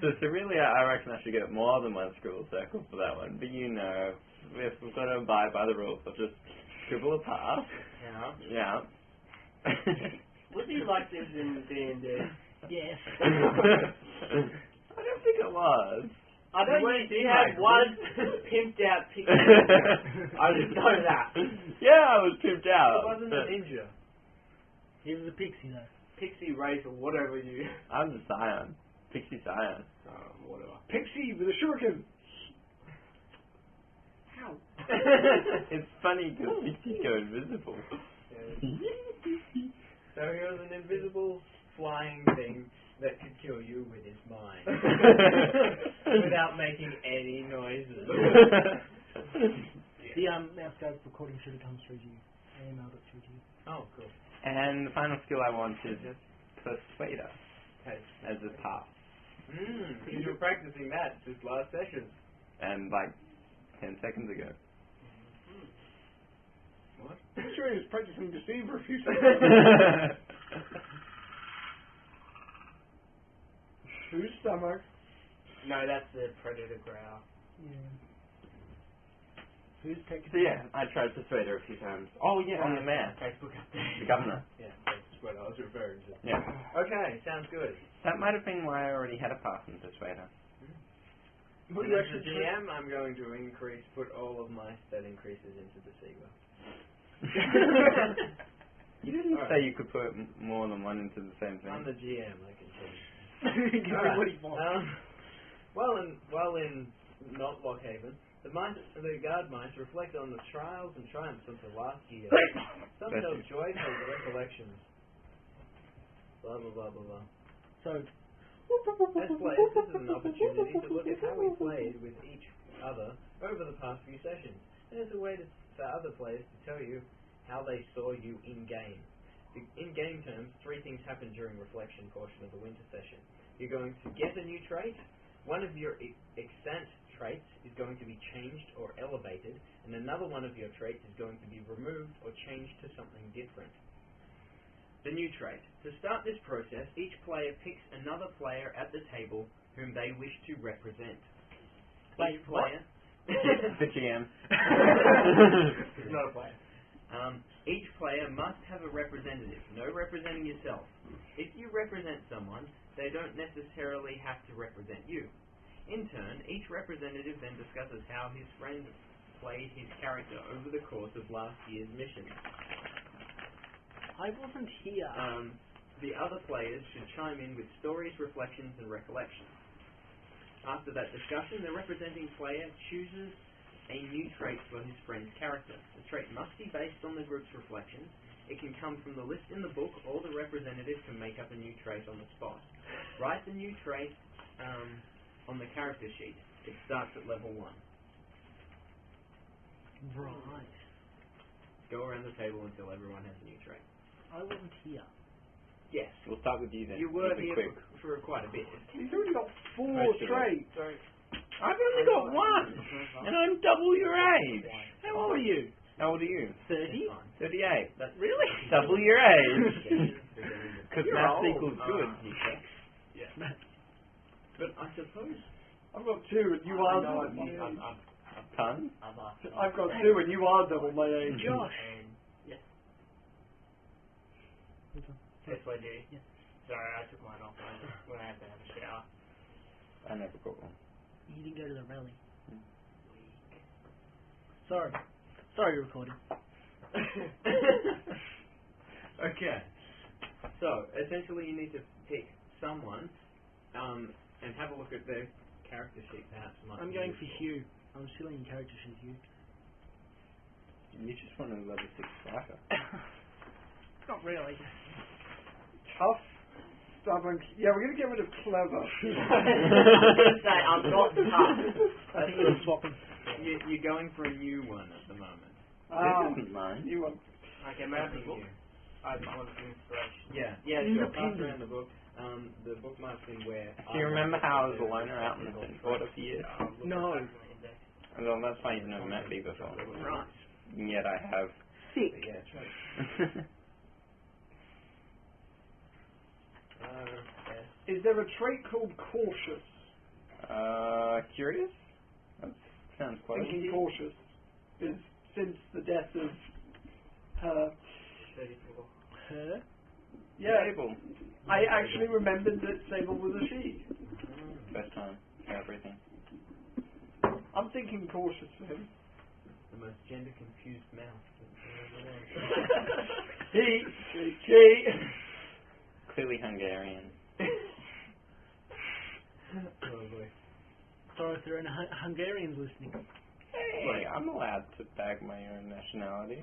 Speaker 9: so, so really, I I reckon I should get more than one scribble circle for that one. But you know, if we've got to abide by the rules, I'll just scribble a path.
Speaker 6: Yeah.
Speaker 9: Yeah.
Speaker 15: Would be like this in D&D.
Speaker 1: Yes.
Speaker 9: I don't think it was.
Speaker 15: I know
Speaker 6: You
Speaker 15: you,
Speaker 6: weren't
Speaker 15: you
Speaker 6: in
Speaker 15: had
Speaker 6: my
Speaker 15: one pimped out picture. I just know that.
Speaker 9: Yeah, I was pimped out.
Speaker 6: It wasn't a
Speaker 9: but
Speaker 6: ninja.
Speaker 1: He was a pixie though.
Speaker 15: Pixie race or whatever you...
Speaker 9: I'm the Scion. Pixie Scion.
Speaker 15: Um, whatever.
Speaker 7: Pixie with a shuriken.
Speaker 9: it's funny because
Speaker 6: Oh.
Speaker 9: Pixies go invisible.
Speaker 6: So he was an invisible flying thing that could kill you with his mind without making any noises.
Speaker 1: The um, mouse guy's recording should have come through to you. I emailed it through to you.
Speaker 6: Oh, cool.
Speaker 9: and the final skill I want is Persuader
Speaker 6: Okay.
Speaker 9: as a path.
Speaker 6: Mm, 'cause you were practicing that this last session.
Speaker 9: And like 10 seconds ago.
Speaker 7: I'm sure he was practicing deceiver a few times.
Speaker 9: That's
Speaker 7: Whose stomach?
Speaker 15: No, that's the predator growl.
Speaker 1: Yeah. Who's taking?
Speaker 9: So yeah, I tried Persuader a few times. Oh yeah, I'm the mayor.
Speaker 15: Facebook update.
Speaker 9: The governor.
Speaker 6: Yeah, that's what I was referring to.
Speaker 9: Yeah.
Speaker 6: Okay, sounds good.
Speaker 9: That might have been why I already had a path in Persuader.
Speaker 6: And
Speaker 7: What you
Speaker 6: as
Speaker 7: actually
Speaker 6: the GM, I'm going to increase, put all of my stat increases into the SIGA.
Speaker 9: You didn't
Speaker 6: Alright.
Speaker 9: say you could put m- more than one into the same
Speaker 6: I'm
Speaker 9: thing.
Speaker 6: the GM, I can change.
Speaker 7: Give me
Speaker 6: Alright.
Speaker 7: what he wants.
Speaker 6: Um, while in while in not Lockhaven, the mice, the guard mice reflect on the trials and triumphs of the last year. Some
Speaker 9: Bless
Speaker 6: tell
Speaker 9: you.
Speaker 6: joyful recollections. Blah blah blah blah blah.
Speaker 7: So,
Speaker 6: Let's play. This is an opportunity to look at how we played with each other over the past few sessions, and it's a way to, for other players to tell you how they saw you in game. In game terms, three things happen during reflection portion of the winter session. You're going to get a new trait. One of your e- extant traits is going to be changed or elevated, and another one of your traits is going to be removed or changed to something different. The new trait. To start this process, each player picks another player at the table whom they wish to represent. Each
Speaker 7: Wait, what?
Speaker 6: player.
Speaker 9: the GM.
Speaker 6: It's not a player. Um, each player must have a representative. No representing yourself. If you represent someone, they don't necessarily have to represent you. In turn, each representative then discusses how his friend played his character over the course of last year's mission.
Speaker 7: I wasn't here.
Speaker 6: Um, the other players should chime in with stories, reflections, and recollections. After that discussion, the representing player chooses a new trait for his friend's character. The trait must be based on the group's reflections. It can come from the list in the book, or the representative can make up a new trait on the spot. Write the new trait um, on the character sheet. It starts at level 1.
Speaker 7: Right.
Speaker 6: Go around the table until everyone has a new trait.
Speaker 7: I wasn't here.
Speaker 6: Yes.
Speaker 9: We'll start with you then.
Speaker 6: You were
Speaker 9: It'll be
Speaker 6: here
Speaker 9: quick.
Speaker 6: for, for quite a bit.
Speaker 16: He's already got four
Speaker 9: Most of it.
Speaker 16: traits.
Speaker 9: I've only got one, and I'm double your age.
Speaker 7: How old are you?
Speaker 9: Mm-hmm. How old are you?
Speaker 7: Thirty.
Speaker 6: Fine.
Speaker 9: 38.
Speaker 6: That's
Speaker 7: Really?
Speaker 9: Double your age.
Speaker 6: but
Speaker 9: Because
Speaker 7: You're
Speaker 9: math
Speaker 7: old.
Speaker 9: equals good.
Speaker 6: Uh, I suppose
Speaker 16: I've got two, and you are double my
Speaker 6: I'm, I'm,
Speaker 16: age.
Speaker 6: I'm,
Speaker 9: Pun?
Speaker 6: I'm asking.
Speaker 16: I've got two, and you are double my age.
Speaker 7: Josh.
Speaker 17: That's what I do.
Speaker 7: Yeah.
Speaker 17: Sorry, I took mine off when, when I had to have a shower.
Speaker 9: I never got one.
Speaker 7: You didn't go to the rally. Sorry. Sorry, you're recording.
Speaker 6: okay. So essentially, you need to pick someone, um, and have a look at their character sheet. Perhaps might
Speaker 7: I'm
Speaker 6: be
Speaker 7: going for
Speaker 6: useful.
Speaker 7: Hugh. I'm still in character sheet, Hugh.
Speaker 9: You just want a level 6 striker.
Speaker 7: Not really.
Speaker 16: Tough, stubborn. Yeah, we're gonna get rid of clever.
Speaker 17: Say, I'm not tough.
Speaker 7: I think we're swapping.
Speaker 6: You, you're going for a new one at the moment.
Speaker 16: Ah,
Speaker 9: this isn't mine.
Speaker 16: you want
Speaker 17: Okay, maybe
Speaker 6: Nothing
Speaker 17: book.
Speaker 6: new.
Speaker 17: I want some inspiration.
Speaker 6: Yeah, yeah, sure. Pass around the book. Um, the book might be where.
Speaker 9: Do you remember how I was a loner out in the
Speaker 6: Right.
Speaker 9: board for years?
Speaker 17: I'll look
Speaker 7: No.
Speaker 17: at that in the index.
Speaker 9: Well, that's why you've never met me before.
Speaker 6: Right.
Speaker 9: And Yet I have.
Speaker 6: But yeah, that's right. Uh, yeah.
Speaker 16: Is there a trait called cautious?
Speaker 9: uh, curious? That sounds quite.
Speaker 16: Thinking cautious is since the death of her.
Speaker 7: Her?
Speaker 16: Yeah,
Speaker 9: Sable.
Speaker 16: I actually remembered that Sable was a she.
Speaker 9: Best time for everything.
Speaker 16: I'm thinking cautious for him.
Speaker 6: The most gender confused mouth.
Speaker 16: He, she.
Speaker 9: Clearly Hungarian.
Speaker 6: Probably.
Speaker 7: Sorry if there are any Hun- Hungarians listening.
Speaker 9: Hey, I'm allowed to bag my own nationality.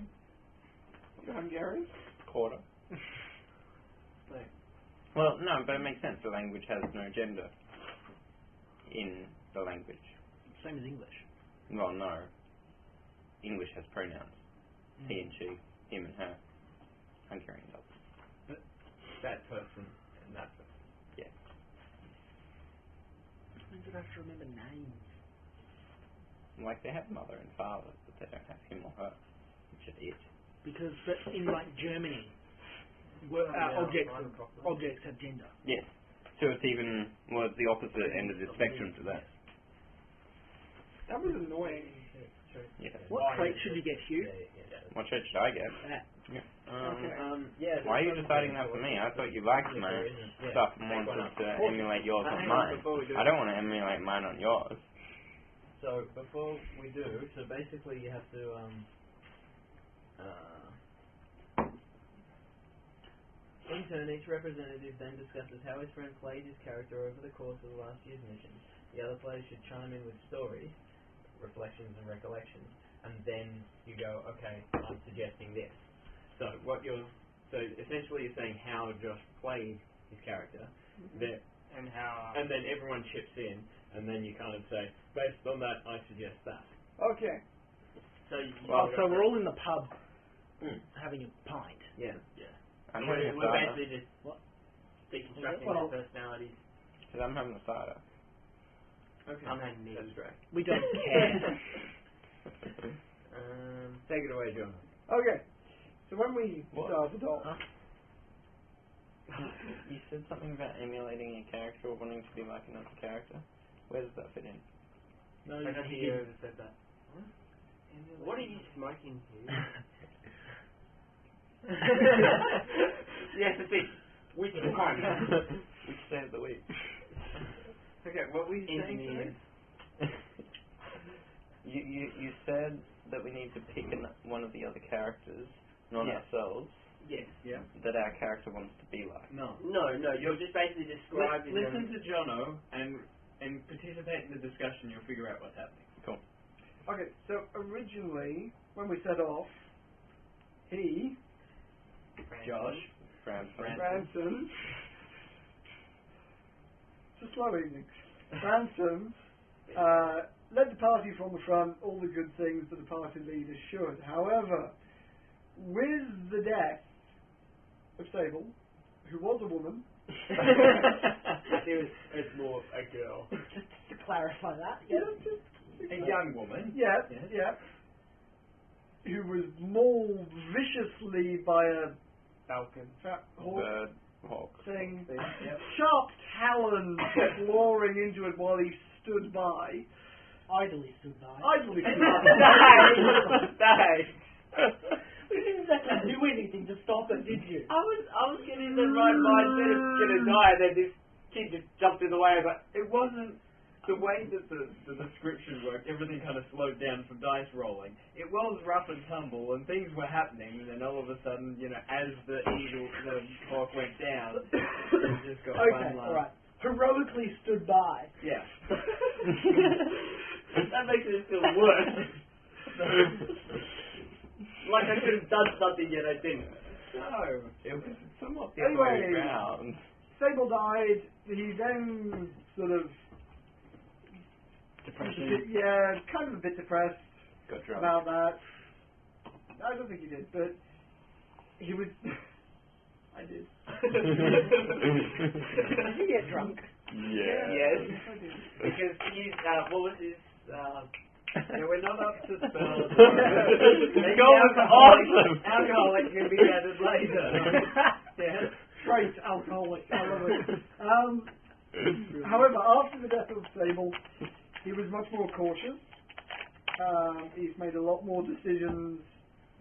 Speaker 16: You're Hungarian?
Speaker 9: Quarter.
Speaker 6: Like-
Speaker 9: Well, no, but it makes sense. The language has no gender in the language.
Speaker 7: Same as English.
Speaker 9: Well, no. English has pronouns. He and she, him and her. Hungarian does.
Speaker 6: That person and that person.
Speaker 7: I don't have to remember names.
Speaker 9: Like they have mother and father, but they don't have him or her. Which is it.
Speaker 7: Because that- in, like, Germany, were, uh, objects, have- objects have gender.
Speaker 9: Yes. So it's even well, it's the opposite end of the spectrum to that.
Speaker 16: That was annoying.
Speaker 9: Yeah.
Speaker 7: What trait should you get, Hugh?
Speaker 9: What church should I get?
Speaker 7: That.
Speaker 9: Um,
Speaker 6: Um, yeah.
Speaker 9: Why are you
Speaker 6: there's
Speaker 9: deciding that
Speaker 6: something
Speaker 9: for me? I thought you liked
Speaker 6: Yeah,
Speaker 9: my
Speaker 6: there isn't. Yeah.
Speaker 9: stuff
Speaker 6: Take
Speaker 9: and
Speaker 6: one
Speaker 9: wanted
Speaker 6: up.
Speaker 9: to
Speaker 6: Oh,
Speaker 9: emulate yours
Speaker 6: uh,
Speaker 9: on
Speaker 6: hang on,
Speaker 9: mine.
Speaker 6: before we do
Speaker 9: I don't want to emulate mine on yours.
Speaker 6: So before we do, so basically you have to um, uh, in turn, each representative then discusses how his friend played his character over the course of the last year's mission. The other players should chime in with stories, reflections, and recollections, and then you go, okay, I'm suggesting this. So what you're, so essentially you're saying how Josh played his character, that,
Speaker 18: and how
Speaker 6: and then everyone chips in, and then you kind of say, based on that, I suggest that.
Speaker 7: Okay.
Speaker 6: So you, you
Speaker 19: Oh, so
Speaker 6: go through-
Speaker 19: we're all in the pub
Speaker 6: Mm.
Speaker 19: having a pint.
Speaker 6: Yeah, yeah.
Speaker 9: I'm
Speaker 6: we're,
Speaker 9: having a
Speaker 6: we're
Speaker 9: cider.
Speaker 6: basically just
Speaker 19: What?
Speaker 6: deconstructing
Speaker 19: Well-
Speaker 6: their personalities.
Speaker 9: Because I'm having a cider.
Speaker 6: Okay.
Speaker 18: I'm having meat.
Speaker 6: That's great.
Speaker 19: We don't care.
Speaker 6: Um, take it away, John.
Speaker 7: Okay. So when we
Speaker 9: What?
Speaker 7: start it off,
Speaker 6: Huh?
Speaker 9: You said something about emulating a character or wanting to be like another character. Where does that fit in?
Speaker 6: No,
Speaker 18: I don't think you ever said that. What are you smoking here?
Speaker 6: yes, it's it. Which one?
Speaker 9: Which day of the week?
Speaker 6: okay, what were you
Speaker 18: Engineers.
Speaker 6: saying?
Speaker 9: You, you you said that we need to pick an, one of the other characters, not
Speaker 18: Yeah.
Speaker 9: ourselves,
Speaker 18: Yes.
Speaker 6: Yeah.
Speaker 9: that our character wants to be like.
Speaker 6: No.
Speaker 18: No, no, you're just basically describing
Speaker 6: listen
Speaker 18: them.
Speaker 6: to Jono and and participate in the discussion. You'll figure out what's happening.
Speaker 7: okay. So originally, when we set off, he
Speaker 6: Josh.
Speaker 9: Fran, Fran.
Speaker 7: Ransom. It's a slow evening. Ransom uh, led the party from the front, all the good things that a party leader should. However, with the death of Sable, who was a woman,
Speaker 18: I think it's, it's more a girl.
Speaker 19: Just to clarify that.
Speaker 7: yeah,
Speaker 19: Yes.
Speaker 6: a young woman.
Speaker 7: yeah, yeah, who was mauled viciously by a
Speaker 18: Falcon.
Speaker 7: fat horse
Speaker 9: Bird, Hawk.
Speaker 7: thing,
Speaker 6: Yep.
Speaker 7: sharp talons clawing into it while he stood by.
Speaker 19: Idly stood by.
Speaker 7: Idly
Speaker 19: Nice.
Speaker 18: Thanks.
Speaker 19: You didn't exactly do anything to stop it, did you?
Speaker 18: I was I was getting in the right mindset of gonna die, and then this kid just jumped in the way. But
Speaker 6: It wasn't the way that the, the description worked. Everything kind of slowed down from dice rolling. It was rough and tumble, and things were happening. And then all of a sudden, you know, as the eagle, the hawk went down, it just got
Speaker 19: Okay,
Speaker 6: one last.
Speaker 19: alright. Heroically stood by.
Speaker 6: Yeah.
Speaker 18: that makes it still worse. like I could have done something yet I didn't.
Speaker 6: No.
Speaker 9: It was somewhat the other way
Speaker 7: Anyway.
Speaker 9: around.
Speaker 7: Sable died. He then sort of
Speaker 9: Depression.
Speaker 7: yeah, kind of a bit depressed
Speaker 9: Got drunk.
Speaker 7: about that. I don't think he did, but he was. I did.
Speaker 19: Did you get drunk?
Speaker 9: Yeah.
Speaker 18: Yes.
Speaker 7: I did.
Speaker 18: Because he's uh, what was his uh,
Speaker 6: Yeah, we're not up to spells.
Speaker 9: This goal is
Speaker 6: Alcoholic-
Speaker 9: awesome.
Speaker 6: Alcoholic can be added later. yeah.
Speaker 7: Straight alcoholic. I love it. Um, however, after the death of Sable, he was much more cautious. Um, he's made a lot more decisions,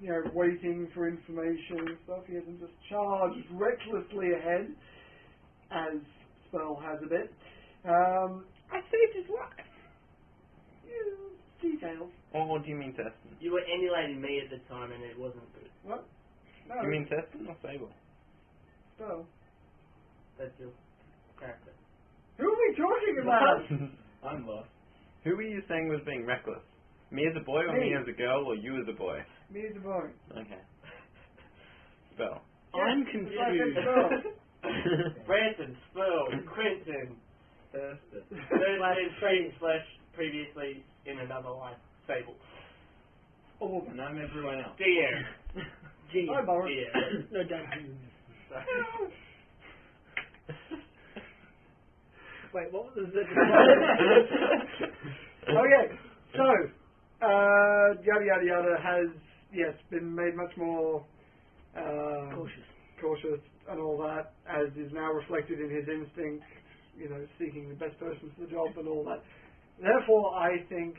Speaker 7: you know, waiting for information and stuff. He hasn't just charged recklessly ahead, as Spell has a bit. Um, I saved his life. Yeah, details.
Speaker 9: Or, or do you mean Teston?
Speaker 18: You were emulating me at the time, and it wasn't good.
Speaker 7: What? No,
Speaker 9: Do you mean Teston or Sable?
Speaker 7: Spell.
Speaker 18: That's your character.
Speaker 7: Who are we talking about?
Speaker 6: I'm lost.
Speaker 9: Who were you saying was being reckless? Me as a boy or me,
Speaker 7: Me.
Speaker 9: as a girl or you as a boy?
Speaker 7: Me as a boy.
Speaker 9: Okay. Spell.
Speaker 20: I'm
Speaker 7: It's like a
Speaker 20: confused.
Speaker 7: spell.
Speaker 18: Branson, Spurl, Quentin,
Speaker 6: Thirsty.
Speaker 18: third lane trading slash previously in another life Sable.
Speaker 9: Oh,
Speaker 7: All of
Speaker 6: And I'm everyone else.
Speaker 18: DM.
Speaker 19: Gee.
Speaker 7: Hi, Boris.
Speaker 18: DM.
Speaker 19: No, don't do
Speaker 18: Sorry.
Speaker 19: Wait, what was the
Speaker 7: Okay, Oh, so uh, yada yada yada has yes been made much more um,
Speaker 19: Cautious.
Speaker 7: cautious and all that, as is now reflected in his instinct, you know, seeking the best person for the job and all that. Therefore, I think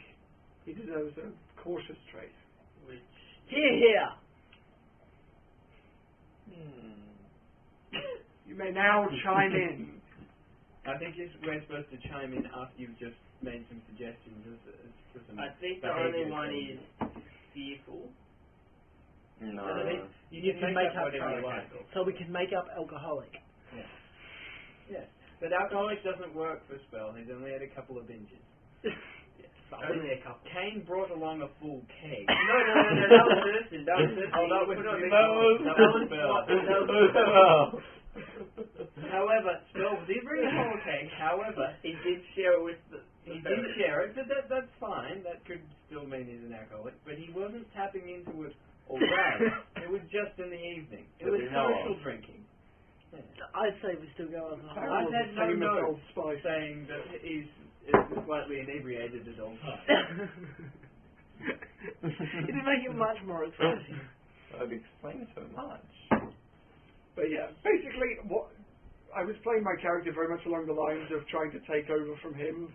Speaker 7: he deserves a cautious trait.
Speaker 18: Which
Speaker 19: Here, here.
Speaker 7: You may now chime in. Hmm.
Speaker 6: I think it's, we're supposed to chime in after you've just made some suggestions as, as for some
Speaker 15: I think the only
Speaker 6: behaviour
Speaker 15: one is
Speaker 6: changes.
Speaker 15: fearful.
Speaker 9: No.
Speaker 1: So they- you need
Speaker 6: You
Speaker 1: to
Speaker 6: make
Speaker 1: make
Speaker 6: up
Speaker 1: up
Speaker 6: whatever you
Speaker 1: alcoholic.
Speaker 6: like.
Speaker 1: So we can make up uh, alcoholic.
Speaker 6: Yes. But alcoholic doesn't work for Spell. He's only had a couple of binges.
Speaker 15: But only a couple.
Speaker 6: Kane brought along a full keg.
Speaker 15: No, no, no, no, that was Thurston. That was Thurston.
Speaker 6: Oh, that was
Speaker 15: Put on
Speaker 6: Spell.
Speaker 15: the-
Speaker 6: That was Spell.
Speaker 9: Oh,
Speaker 6: However, Spell did bring a whole keg. However, he did share it with the. He did share it, but that, that's fine. That could still mean he's an alcoholic. But he wasn't tapping into it all day. it was just in the evening. It
Speaker 9: That
Speaker 6: was
Speaker 9: we know
Speaker 6: social
Speaker 9: of.
Speaker 6: drinking.
Speaker 1: I'd say we still go alcoholic.
Speaker 6: I
Speaker 1: I'd
Speaker 6: had
Speaker 1: say
Speaker 6: no
Speaker 1: same as
Speaker 6: notes
Speaker 1: old
Speaker 6: by
Speaker 1: Spice.
Speaker 6: saying that he's is slightly inebriated at all times.
Speaker 1: It'd make it much more exciting.
Speaker 9: I've explained so much.
Speaker 7: But yeah, basically, what I was playing my character very much along the lines of trying to take over from him,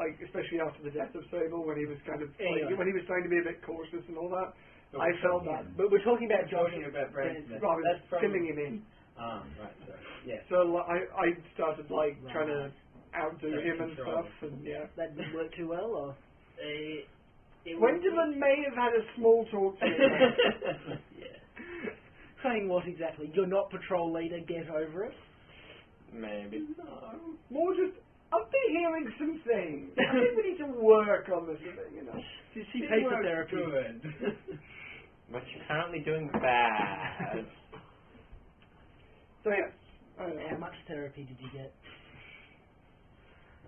Speaker 7: like especially after the death of Sable, when he was kind of like,
Speaker 1: Yeah.
Speaker 7: when he was trying to be a bit cautious and all that. I felt that, but we're talking about
Speaker 1: about
Speaker 7: Josh.
Speaker 6: Talking about Brad Smith.
Speaker 7: Rather
Speaker 6: That's from-
Speaker 7: filling him in.
Speaker 6: Ah, right. Sorry. Yes.
Speaker 7: So like, I I started like trying to outdo
Speaker 6: Take
Speaker 7: him and
Speaker 6: control.
Speaker 7: stuff, and yeah.
Speaker 1: That didn't work too well, or
Speaker 15: It- it was-
Speaker 7: Wenderman may have had a small talk to him.
Speaker 6: yeah.
Speaker 1: saying what exactly? You're not patrol leader. Get over it.
Speaker 9: Maybe.
Speaker 7: No, more just I've been hearing some things. I think we need to work on this, you know.
Speaker 1: Did she pay for therapy?
Speaker 6: Good.
Speaker 9: But you're currently doing bad.
Speaker 7: So yes, I don't
Speaker 1: How
Speaker 7: know.
Speaker 1: much therapy did you get?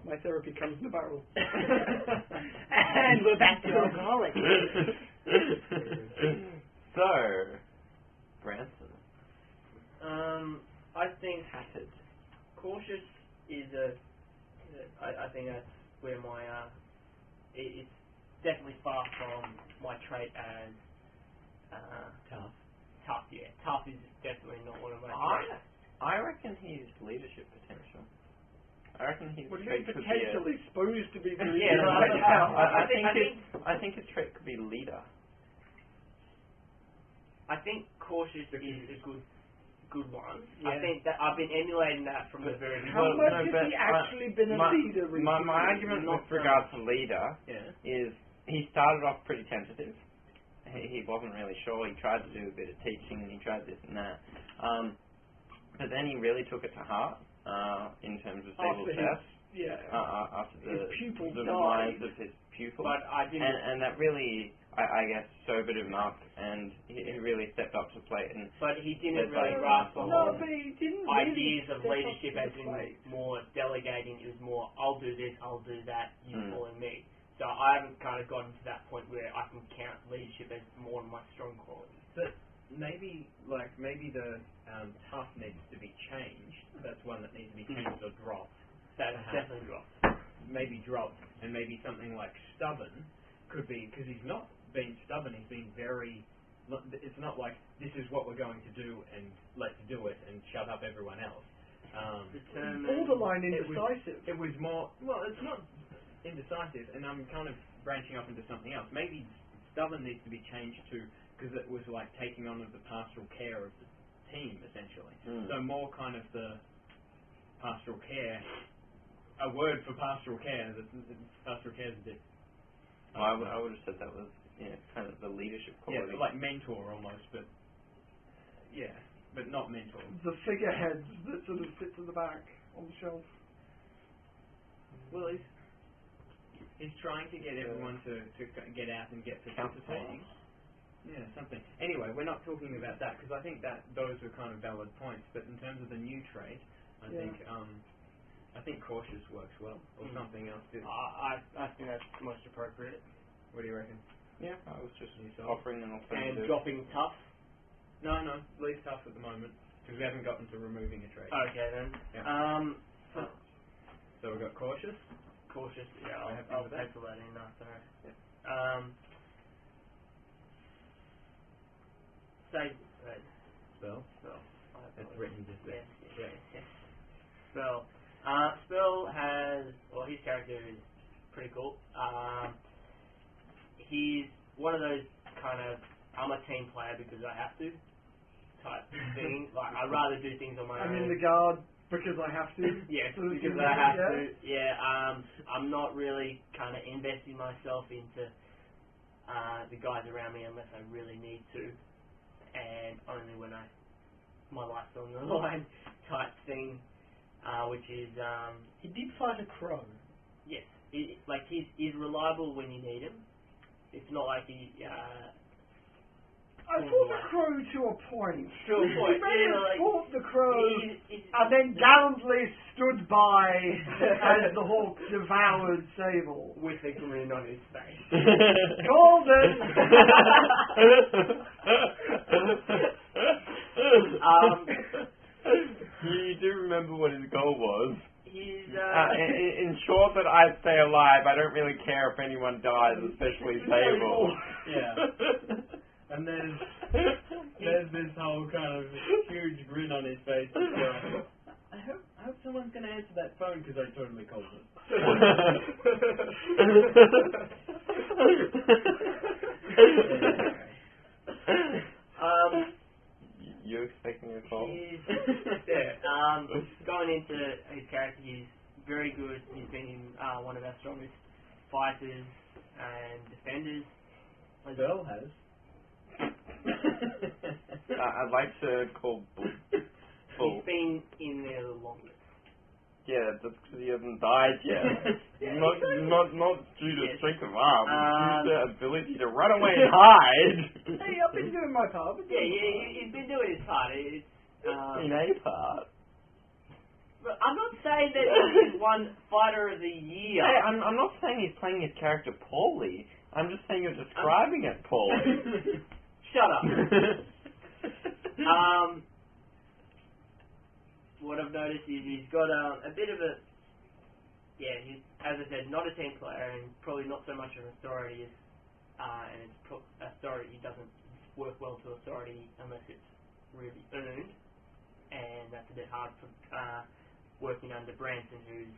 Speaker 7: my therapy comes in a barrel.
Speaker 1: and we're back to alcoholic.
Speaker 9: so, Branson.
Speaker 15: Um, I think hatted. Cautious is a. I, I think that's where my. Uh, it, it's definitely far from my trait as. Uh,
Speaker 1: Tough.
Speaker 15: Tough, yeah. Tough is definitely not one of my
Speaker 9: I,
Speaker 15: traits.
Speaker 9: I reckon he's leadership potential. I reckon he's
Speaker 7: What do you mean
Speaker 9: could be a-
Speaker 7: potentially supposed to be doing?
Speaker 15: Yeah, no,
Speaker 9: I,
Speaker 15: I-
Speaker 9: I,
Speaker 15: I- I
Speaker 9: think
Speaker 15: think- I
Speaker 9: his, I think his trait could be leader.
Speaker 15: I think cautious is a good good one. I
Speaker 6: Yeah.
Speaker 15: think that I've been emulating that from the very
Speaker 9: How
Speaker 7: How
Speaker 9: Well,
Speaker 15: beginning.
Speaker 7: much has
Speaker 9: no, but
Speaker 7: he
Speaker 9: I-
Speaker 7: actually been a
Speaker 9: my-
Speaker 7: leader recently?
Speaker 9: My, my argument
Speaker 7: Not
Speaker 9: with regard to leader
Speaker 6: yeah.
Speaker 9: is he started off pretty tentative. He, he wasn't really sure. He tried to do a bit of teaching and he tried this and that. Um, but then he really took it to heart uh, in terms of
Speaker 7: After
Speaker 9: Zabel's
Speaker 7: his-
Speaker 9: death,
Speaker 7: yeah.
Speaker 9: uh, uh, after the,
Speaker 7: his pupil
Speaker 9: the
Speaker 7: died.
Speaker 9: demise of his pupil.
Speaker 15: But I
Speaker 9: and,
Speaker 15: didn't.
Speaker 9: and that really, I, I guess, sobered him up and he, he really stepped up to the plate. And
Speaker 15: but he didn't
Speaker 9: That's like-
Speaker 15: really grasp on
Speaker 7: no, but he didn't
Speaker 15: oh.
Speaker 7: really
Speaker 15: ideas of
Speaker 7: step up
Speaker 15: leadership
Speaker 7: to
Speaker 15: as
Speaker 7: the
Speaker 15: in
Speaker 7: plate.
Speaker 15: more delegating is more I'll do this, I'll do that, you
Speaker 9: Mm.
Speaker 15: follow me. So I haven't kind of gotten to that point where I can count leadership as more of my strong quality.
Speaker 6: Maybe like maybe the um, tough needs to be changed. That's one that needs to be changed or dropped.
Speaker 15: That's
Speaker 6: Uh-huh.
Speaker 15: definitely wrong.
Speaker 6: Maybe dropped, and maybe something like stubborn could be because he's not being stubborn. He's being very. not- It's not like this is what we're going to do and let's do it and shut up everyone else. Um,
Speaker 15: Determined.
Speaker 7: Borderline
Speaker 6: It was-
Speaker 7: indecisive.
Speaker 6: it was more well it's not indecisive and i'm kind of branching off into something else maybe stubborn needs to be changed to because it was like taking on of the pastoral care of the team essentially
Speaker 7: Hmm.
Speaker 9: Mm.
Speaker 6: so more kind of the pastoral care a word for pastoral care the, the pastoral care is a bit
Speaker 9: Oh, I, w- I would have said that was you know, kind of the leadership
Speaker 6: yeah
Speaker 9: quality.
Speaker 6: like mentor almost but yeah but not mentor
Speaker 7: The figurehead that sort of sits at the back on the shelf.
Speaker 6: well he's he's trying to get everyone to, to g- get out and get participating Yeah, something. Anyway, we're not talking about that because I think that those were kind of valid points. But in terms of the new trade, I
Speaker 7: Yeah.
Speaker 6: think um, I think cautious works well, or
Speaker 15: Mm.
Speaker 6: something else. Did.
Speaker 15: I, I, I think that's most appropriate.
Speaker 6: What do you reckon?
Speaker 9: yeah, I was just
Speaker 6: Yourself?
Speaker 9: offering an
Speaker 15: And
Speaker 9: alternative.
Speaker 15: dropping tough.
Speaker 6: No, no, leave tough at the moment because we haven't gotten to removing a trade.
Speaker 15: Okay then.
Speaker 6: Yeah.
Speaker 15: Um, so
Speaker 6: So we've got cautious.
Speaker 15: cautious.
Speaker 6: Are
Speaker 15: Yeah,
Speaker 6: you
Speaker 15: I'll,
Speaker 6: happy
Speaker 15: I'll
Speaker 6: with that?
Speaker 15: pencil that in after. Um, say uh,
Speaker 6: Spell.
Speaker 15: spell. I have
Speaker 6: That's
Speaker 15: no
Speaker 6: written just
Speaker 15: Yeah,
Speaker 6: there.
Speaker 15: yeah, yeah. Spell. Uh, Spell has, well, his character is pretty cool. Um, he's one of those kind of, I'm a team player because I have to type thing. like, I'd rather do things on my
Speaker 7: I'm
Speaker 15: own.
Speaker 7: in the guard because I have to.
Speaker 6: Yes,
Speaker 7: sort of
Speaker 6: because
Speaker 7: thing,
Speaker 6: I have
Speaker 7: yeah?
Speaker 6: to. Yeah, um, I'm not really kind of investing myself into uh, the guys around me unless I really need to, and only when I my life's on the line type thing, uh, which is um,
Speaker 21: He did fight a crow.
Speaker 6: yes, he, like he's he's reliable when you need him. It's not like he. Uh,
Speaker 7: I fought the crow to a point.
Speaker 6: To a point,
Speaker 7: You may
Speaker 6: yeah,
Speaker 7: have
Speaker 6: like-
Speaker 7: fought the crow
Speaker 6: he- he-
Speaker 7: and then gallantly stood by as the hawk devoured Sable.
Speaker 6: with a grin on his face. um,
Speaker 9: you do remember what his goal was.
Speaker 6: he's
Speaker 9: Uh,
Speaker 6: uh,
Speaker 9: i- i- ensure that I stay alive. I don't really care if anyone dies, especially Sable.
Speaker 22: Yeah. And there's there's this whole kind of huge grin on his face. He's
Speaker 9: Um,
Speaker 22: going, I hope I hope someone's gonna answer that phone because I totally called them.
Speaker 6: um,
Speaker 9: you expecting a call?
Speaker 6: he's yeah, um, going into his character, he's very good. He's been uh, one of our strongest fighters and defenders.
Speaker 22: As Earl has.
Speaker 9: Uh, I'd like to call Bull. Bull.
Speaker 6: He's been in there the longest.
Speaker 9: Yeah, that's because he hasn't died yet. not, not, not due to
Speaker 6: Yes.
Speaker 9: strength of arm,
Speaker 6: Um,
Speaker 9: due to ability to run away and hide.
Speaker 7: Hey, I've been doing my part. I've been
Speaker 6: Yeah,
Speaker 7: doing
Speaker 6: yeah,
Speaker 7: my
Speaker 6: he- he's been doing his part. It's, um,
Speaker 9: In a part.
Speaker 6: but I'm not saying that he's one fighter of the year.
Speaker 9: Hey, I'm, I'm not saying he's playing his character poorly. I'm just saying you're describing it poorly.
Speaker 6: Shut up. Um, what I've noticed is he's got um, a bit of a, yeah, he's, as I said, not a team player and probably not so much of an authority as, uh, and it's pro- authority doesn't work well to authority unless it's really earned, and that's a bit hard for uh, working under Branson, who's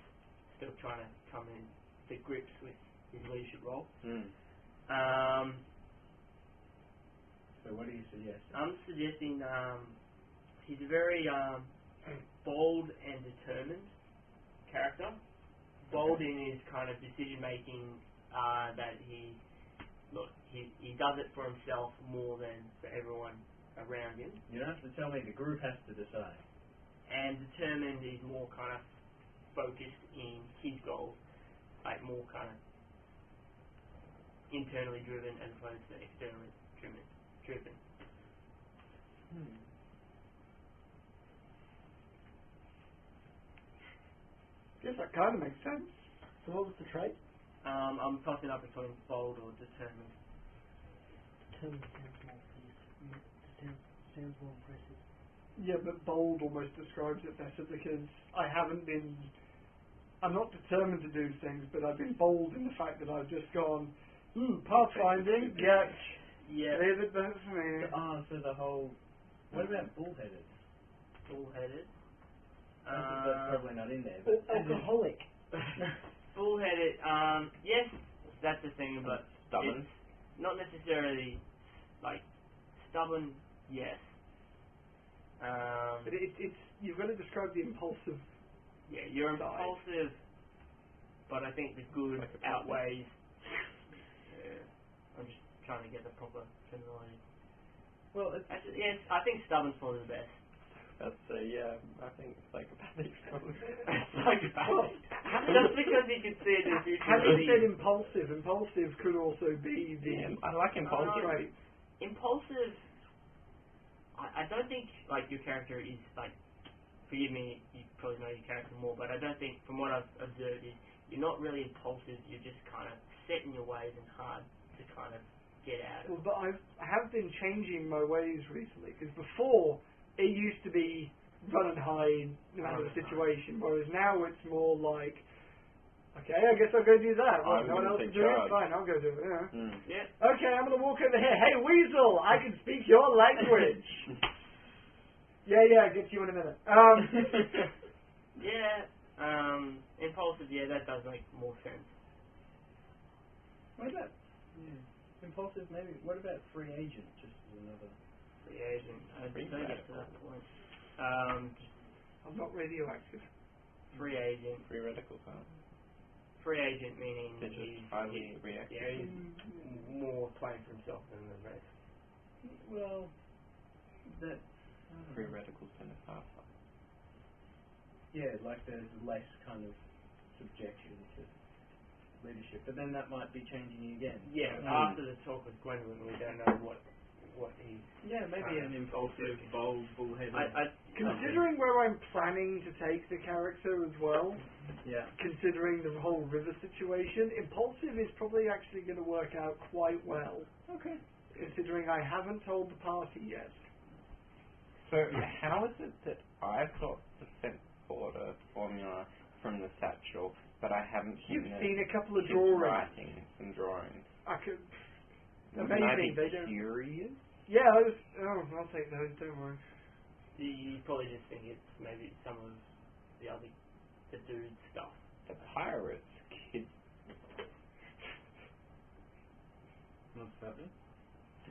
Speaker 6: still trying to come in to grips with his leadership role.
Speaker 9: Hmm.
Speaker 6: Um,
Speaker 22: So what do you suggest?
Speaker 6: I'm suggesting um, he's a very um, bold and determined character. Bold in his kind of decision making uh, that he look he, he does it for himself more than for everyone around him.
Speaker 22: You don't have to tell me. The group has to decide.
Speaker 6: And determined is more kind of focused in his goals, like more kind of internally driven as opposed to externally driven. driven.
Speaker 7: part. Guess that kind of makes sense.
Speaker 21: So what was the trait?
Speaker 6: Um, I'm tossing up between bold or determined.
Speaker 21: Determined sounds more impressive. Sounds, sounds more impressive.
Speaker 7: Yeah, but bold almost describes it better because I haven't been. I'm not determined to do things, but I've been bold in the fact that I've just gone, hmm, pathfinding, yeah,
Speaker 6: Yeah,
Speaker 7: leave it there for me.
Speaker 22: Ah, so the whole. What about bullheaded?
Speaker 6: bull-headed.
Speaker 22: That's- that's
Speaker 6: Um,
Speaker 22: probably not in there.
Speaker 21: Or
Speaker 22: But
Speaker 21: alcoholic.
Speaker 6: bull-headed. Um, yes, that's a thing, but
Speaker 9: Stubborn.
Speaker 6: it's not necessarily like stubborn. Yes. Um,
Speaker 7: But it, it's you've got to describe the impulsive.
Speaker 6: yeah, you're
Speaker 7: Side.
Speaker 6: impulsive, but I think the good
Speaker 9: Like a puppy.
Speaker 6: outweighs. Yeah, I'm just trying to get the proper terminology.
Speaker 22: well, it's,
Speaker 6: Actually, yes, I think stubborn's probably the best.
Speaker 9: That's a, yeah, I think psychopathic.
Speaker 6: Psychopathic. Just because you can see it in the future.
Speaker 7: Having
Speaker 6: doesn't
Speaker 7: said
Speaker 6: mean-
Speaker 7: impulsive, impulsive could also be
Speaker 9: yeah,
Speaker 7: the
Speaker 9: I like
Speaker 6: Um,
Speaker 9: impulsive.
Speaker 7: trait.
Speaker 6: impulsive. I, I don't think like your character is like. Forgive me, you probably know your character more, but I don't think, from what I've observed, is you're not really impulsive. You're just kind of set in your ways and hard to kind of get out of.
Speaker 7: Well, but I've, I have been changing my ways recently because before it used to be run and hide no matter
Speaker 6: Run and
Speaker 7: the situation, whereas now it's more like, okay, I guess I'll go do that. Well, no
Speaker 9: I'm
Speaker 7: one
Speaker 9: gonna
Speaker 7: else
Speaker 9: take
Speaker 7: is doing it.
Speaker 9: charge.
Speaker 7: Fine, I'll go do it. Yeah.
Speaker 9: Mm.
Speaker 6: Yeah.
Speaker 7: Okay, I'm gonna walk over here. Hey, weasel, I can speak your language. yeah, yeah, I'll get to you in a minute. Um,
Speaker 6: Yeah. Um. Impulsive. Yeah, that does make more sense.
Speaker 22: what about yeah, impulsive? Maybe. What about free agent? Just as another.
Speaker 6: Free agent. I
Speaker 9: Free
Speaker 6: don't get to that point. Um.
Speaker 7: I'm not radioactive.
Speaker 15: Free agent.
Speaker 9: Free radicals are
Speaker 15: Free agent meaning
Speaker 9: they're just
Speaker 15: he's,
Speaker 9: highly
Speaker 15: he's-
Speaker 9: reactive.
Speaker 15: yeah, he's
Speaker 22: Mm.
Speaker 15: more playing for himself than the rest.
Speaker 7: Well, that
Speaker 9: Free radicals tend to pass up.
Speaker 6: Yeah, like there's less kind of subjection to leadership, but then that might be changing again.
Speaker 15: Yeah, but
Speaker 9: Mm.
Speaker 15: after the talk with Gwendolyn, we don't know what what he.
Speaker 6: Yeah, maybe an impulsive, bold, bullheaded.
Speaker 15: I, I
Speaker 7: Considering where I'm planning to take the character as well,
Speaker 6: yeah.
Speaker 7: considering the whole river situation, impulsive is probably actually going to work out quite well.
Speaker 6: Okay.
Speaker 7: Considering I haven't told the party yet.
Speaker 9: So how is it that I've got the scent border formula from the satchel, but I haven't
Speaker 7: You've
Speaker 9: seen the
Speaker 7: seen a couple of
Speaker 9: kids'
Speaker 7: drawings.
Speaker 9: writings and drawings?
Speaker 7: I could.
Speaker 9: Wouldn't I
Speaker 7: Amazing.
Speaker 9: be
Speaker 7: They don't.
Speaker 9: curious?
Speaker 7: Yeah. I was, oh, I'll take those. Don't worry.
Speaker 15: you probably just think it's maybe some of the other the dude stuff.
Speaker 9: The pirates kids.
Speaker 6: What's happening?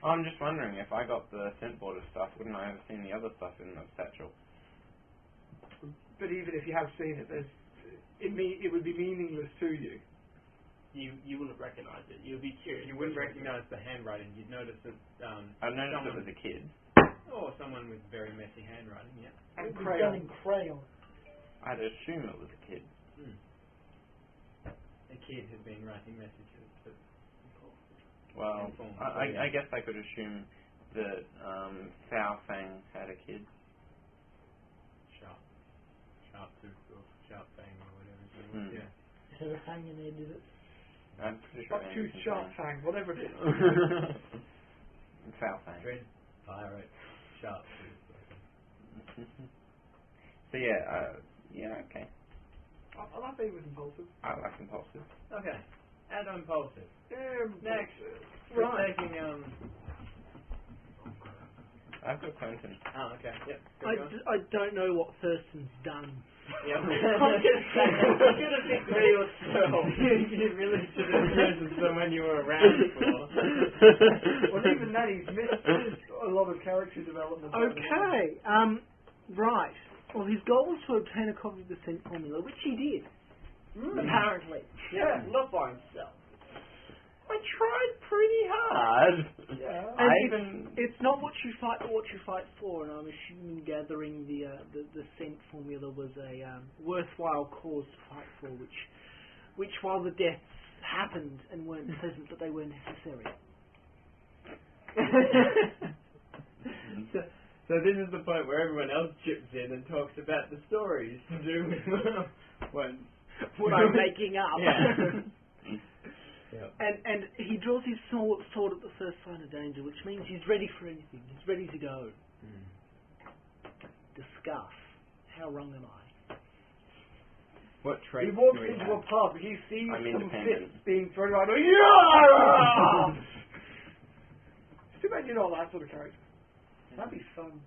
Speaker 9: I'm just wondering if I got the scent border stuff, wouldn't I have seen the other stuff in the satchel?
Speaker 7: But even if you have seen it, there's. It me. It would be meaningless to you.
Speaker 15: You you wouldn't recognise it. You'd be curious.
Speaker 6: You wouldn't recognise the handwriting. You'd notice that, um,
Speaker 9: I noticed
Speaker 6: Someone-
Speaker 9: it was a kid.
Speaker 6: or someone with very messy handwriting. Yeah.
Speaker 7: And
Speaker 1: It was done in crayon.
Speaker 7: crayon.
Speaker 9: I'd assume it was a kid.
Speaker 6: A kid has been writing messages. But
Speaker 9: Well,
Speaker 6: Informal,
Speaker 9: I,
Speaker 6: yeah.
Speaker 9: I, I guess I could assume that um, Foul Fang had a kid.
Speaker 6: sharp, sharp tooth or sharp fang or whatever. His name
Speaker 9: Hmm.
Speaker 6: was. Yeah.
Speaker 1: Instead of hanging there, did it?
Speaker 9: I'm pretty sure.
Speaker 7: Not too
Speaker 9: Anderson
Speaker 7: sharp,
Speaker 9: Fang.
Speaker 7: Fang. Whatever it is.
Speaker 9: Foul Fang.
Speaker 6: Dread pirate sharp tooth.
Speaker 9: so yeah, uh, yeah, okay.
Speaker 7: I'll, I'll have it with impulsive.
Speaker 9: I like impulsive.
Speaker 6: Okay. Add on pulses.
Speaker 7: Yeah,
Speaker 6: Next. We're
Speaker 7: Right.
Speaker 6: taking um.
Speaker 9: I've got Quentin.
Speaker 6: Oh, okay. Yep.
Speaker 1: I,
Speaker 6: Good
Speaker 1: d- I don't know what Thurston's done.
Speaker 6: Yeah.
Speaker 15: I'm gonna say you should have been there yourself.
Speaker 6: you really should have chosen someone you were around for.
Speaker 7: Well, even that, he's missed a lot of character development.
Speaker 1: Okay, um, right. Well, his goal was to obtain a copy of the scent formula, which he did, apparently.
Speaker 15: Yeah, not by himself.
Speaker 9: I tried pretty hard.
Speaker 7: Yeah.
Speaker 9: I
Speaker 1: And
Speaker 9: even
Speaker 1: It's not what you fight, but what you fight for, and I'm assuming gathering the uh, the, the scent formula was a um, worthwhile cause to fight for, which, which while the deaths happened and weren't pleasant, but they were necessary.
Speaker 6: so, so this is the point where everyone else chips in and talks about the stories to do with one.
Speaker 1: What I'm making up.
Speaker 6: Yeah.
Speaker 1: And and he draws his sword, sword at the first sign of danger, which means he's ready for anything. He's ready to go. Discuss. How wrong am I?
Speaker 9: what
Speaker 7: He
Speaker 9: traits
Speaker 7: walks
Speaker 9: do we
Speaker 7: into a
Speaker 9: have?
Speaker 7: pub. He sees
Speaker 9: I'm
Speaker 7: some
Speaker 9: independent.
Speaker 7: fists being thrown around. Yeah! it's too bad you're not that sort of character. That'd be fun.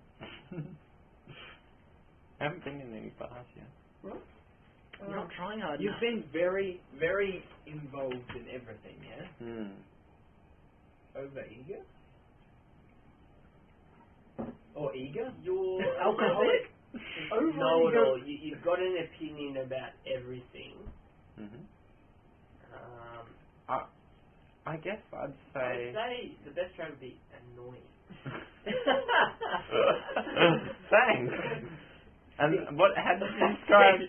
Speaker 9: I haven't been in any bars yet.
Speaker 1: You're not trying hard
Speaker 6: You've
Speaker 1: enough.
Speaker 6: been very, very involved in everything, yeah?
Speaker 9: Hmm.
Speaker 6: Over eager? Or eager?
Speaker 15: You're
Speaker 1: Alcoholic?
Speaker 15: Overall, no, no, you, you've got an opinion about everything.
Speaker 6: Mm-hmm.
Speaker 9: Mhm.
Speaker 15: Um,
Speaker 9: I guess I'd
Speaker 15: I
Speaker 9: say.
Speaker 15: would say the best trait would be annoying.
Speaker 9: Thanks. And what? How did you describe?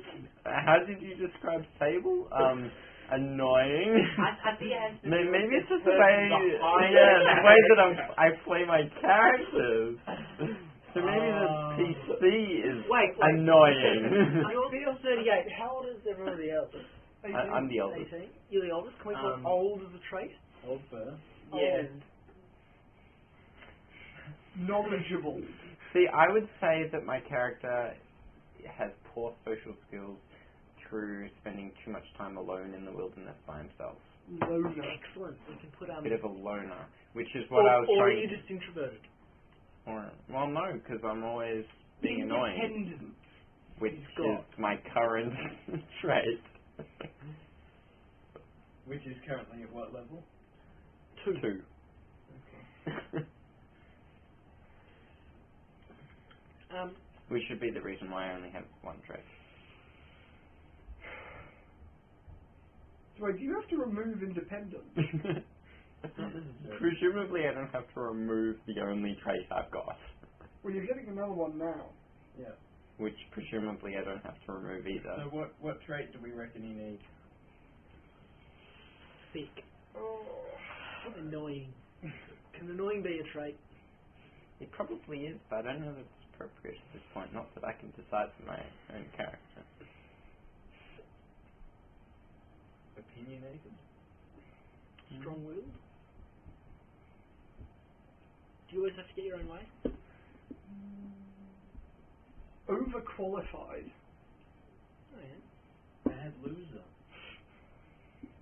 Speaker 9: How did you describe Sable? Um, annoying.
Speaker 15: I, I think it has to
Speaker 9: May-
Speaker 15: do
Speaker 9: Maybe
Speaker 15: with
Speaker 9: it's just
Speaker 15: the
Speaker 9: the way,
Speaker 15: person behind
Speaker 9: yeah, the way that I'm,
Speaker 15: character.
Speaker 9: I play my characters. So maybe
Speaker 15: Uh,
Speaker 9: the PC is
Speaker 1: Wait, wait.
Speaker 9: annoying.
Speaker 1: You're, you're 38. How old is everybody else?
Speaker 9: I- I'm the oldest.
Speaker 1: 18? You're the oldest? Can we call
Speaker 15: Um,
Speaker 1: old as a trait?
Speaker 6: Old fur.
Speaker 15: Yeah.
Speaker 1: Old.
Speaker 7: Knowledgeable.
Speaker 9: See, I would say that my character has poor social skills through spending too much time alone in the wilderness by himself.
Speaker 7: Loner.
Speaker 1: Excellent. We can put
Speaker 9: A
Speaker 1: um.
Speaker 9: bit of a loner, which is what
Speaker 1: Or,
Speaker 9: I was
Speaker 1: or are
Speaker 9: trying
Speaker 1: you
Speaker 9: to
Speaker 1: just introverted?
Speaker 9: Or, well, no, because I'm always being annoying,
Speaker 7: Independent.
Speaker 9: which
Speaker 1: He's
Speaker 9: is
Speaker 1: got-
Speaker 9: my current trait.
Speaker 6: Which is currently at what level?
Speaker 9: Two.
Speaker 1: Um,
Speaker 9: which should be the reason why I only have one trait.
Speaker 7: So wait, do you have to remove independent?
Speaker 9: Presumably, I don't have to remove the only trait I've got,
Speaker 7: Well, you're getting another one now.
Speaker 9: which presumably I don't have to remove either.
Speaker 3: what what trait do we reckon you need?
Speaker 23: Thick.
Speaker 7: Oh.
Speaker 23: Annoying. Can annoying be a trait?
Speaker 9: It probably is, but I don't know if it's appropriate at this point. Not that I can decide for my own character.
Speaker 3: Opinionated.
Speaker 23: Mm-hmm. Strong-willed? Do you always have to get your own way?
Speaker 7: Overqualified.
Speaker 23: Oh, yeah.
Speaker 3: Bad loser.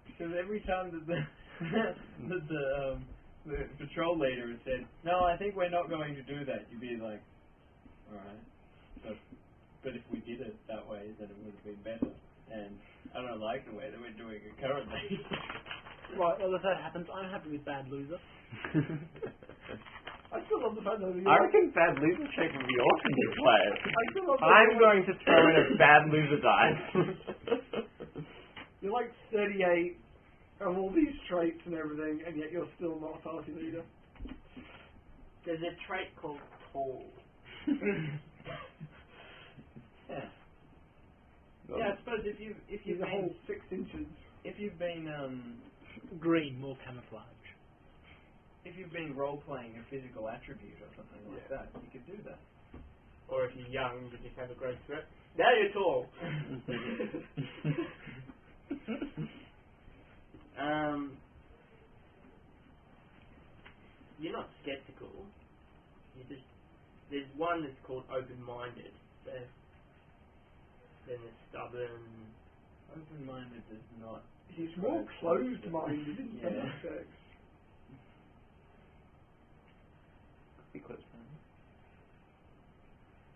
Speaker 3: Because every time that the that the, um, the patrol leader has said, "No, I think we're not going to do that," you'd be like, "All right." But but if we did it that way, then it would have been better. And I don't like the way that we're doing it currently.
Speaker 23: Right, well, if that happens, I'm happy with bad loser.
Speaker 7: I still love the fact that you.
Speaker 9: I reckon bad loser check would be awesome to play.
Speaker 7: I still love the
Speaker 9: I'm
Speaker 7: fact
Speaker 9: going to throw in a bad loser die.
Speaker 7: that You're like 38 of all these traits and everything, and yet you're still not a party leader.
Speaker 6: There's a trait called tall.
Speaker 3: yeah, I suppose if you if
Speaker 7: He's
Speaker 3: you've
Speaker 7: a whole
Speaker 3: been
Speaker 7: six inches.
Speaker 3: if you've been um
Speaker 23: Green, more camouflage.
Speaker 3: if you've been role playing a physical attribute or something like that, you could do that.
Speaker 6: Or if you're young, you just have a great threat. Now you're tall. um, you're not skeptical. You just there's one that's called open-minded. So then there's stubborn.
Speaker 3: Open minded does not
Speaker 7: He's more closed-minded in some
Speaker 3: Yeah.
Speaker 7: aspects.
Speaker 9: because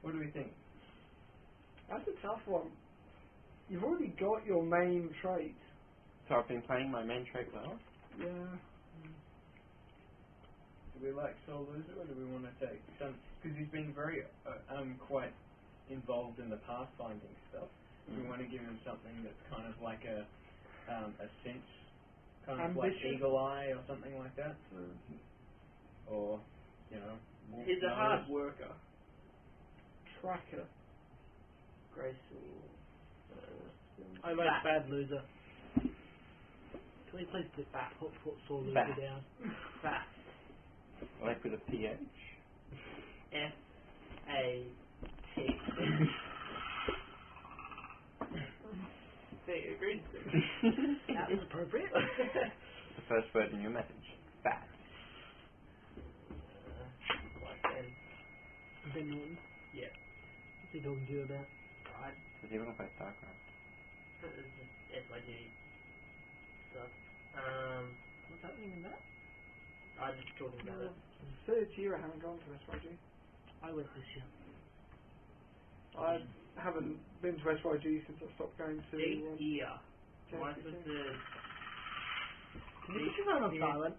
Speaker 3: what do we think?
Speaker 7: That's a tough one. You've already got your main trait.
Speaker 9: so I've been playing my main trait well.
Speaker 7: Yeah.
Speaker 3: Do we like Soul Loser, or do we want to take some? Because he's been very, uh, um, quite involved in the pathfinding stuff. Do
Speaker 7: Mm.
Speaker 3: we want to give him something that's kind of like a, um, a sense, kind of like
Speaker 7: Ambition?
Speaker 3: Eagle Eye or something like that, or you know, wolf
Speaker 6: He's a
Speaker 3: nose?
Speaker 6: hard worker.
Speaker 7: Tracker.
Speaker 6: Graceful. Uh,
Speaker 23: I like bad loser. Can we please put that put, put sore loser
Speaker 9: Fat.
Speaker 23: down?
Speaker 6: fat.
Speaker 9: Like with a PH.
Speaker 6: F A T. See, you agreed to it.
Speaker 23: That was appropriate. Uh,
Speaker 9: The first word in your message. Fat.
Speaker 6: Like then,
Speaker 23: um, ben Norton.
Speaker 6: Yeah.
Speaker 23: What's he talking to you about?
Speaker 6: right?
Speaker 9: Does he want to play StarCraft?
Speaker 6: It's just F I G stuff. Um,
Speaker 23: What's happening in that?
Speaker 6: I just talking about it.
Speaker 7: Third year I haven't gone to SYG.
Speaker 23: I went this year.
Speaker 7: I haven't been to SYG since I stopped going to.
Speaker 6: Eight
Speaker 7: Um,
Speaker 6: year. Why
Speaker 7: Jazz
Speaker 6: is
Speaker 7: Museum.
Speaker 6: the
Speaker 23: Can you put your phone on silent?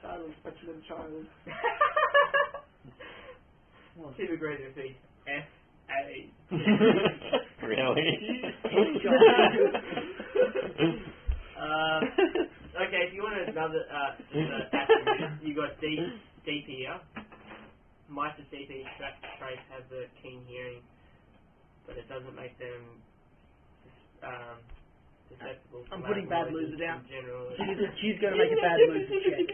Speaker 7: Silent Petulant Child.
Speaker 6: Super great if it's F A
Speaker 9: really?
Speaker 6: Um, okay, if you want another uh, uh, attribute, you got deep, deep ear. Mice with deep ear tra- traits have the keen hearing, but it doesn't make them um, susceptible. to
Speaker 23: I'm putting bad
Speaker 6: loud noises
Speaker 23: loser down.
Speaker 6: In general,
Speaker 23: She's, she's going to make a bad loser check.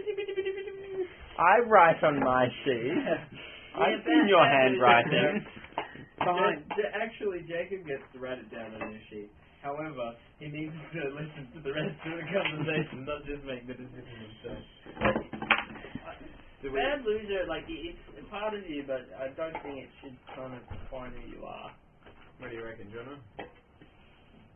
Speaker 9: I write on my sheet. I've seen your handwriting.
Speaker 23: Fine.
Speaker 3: Ja- ja- actually, Jacob gets to write it down on his sheet. However, he needs to listen to the rest of the conversation, not just make the decision himself. Do we?
Speaker 6: Bad loser, like it, it's a part of you, but I don't think it should kind of define who you are.
Speaker 3: What do you reckon, Jono?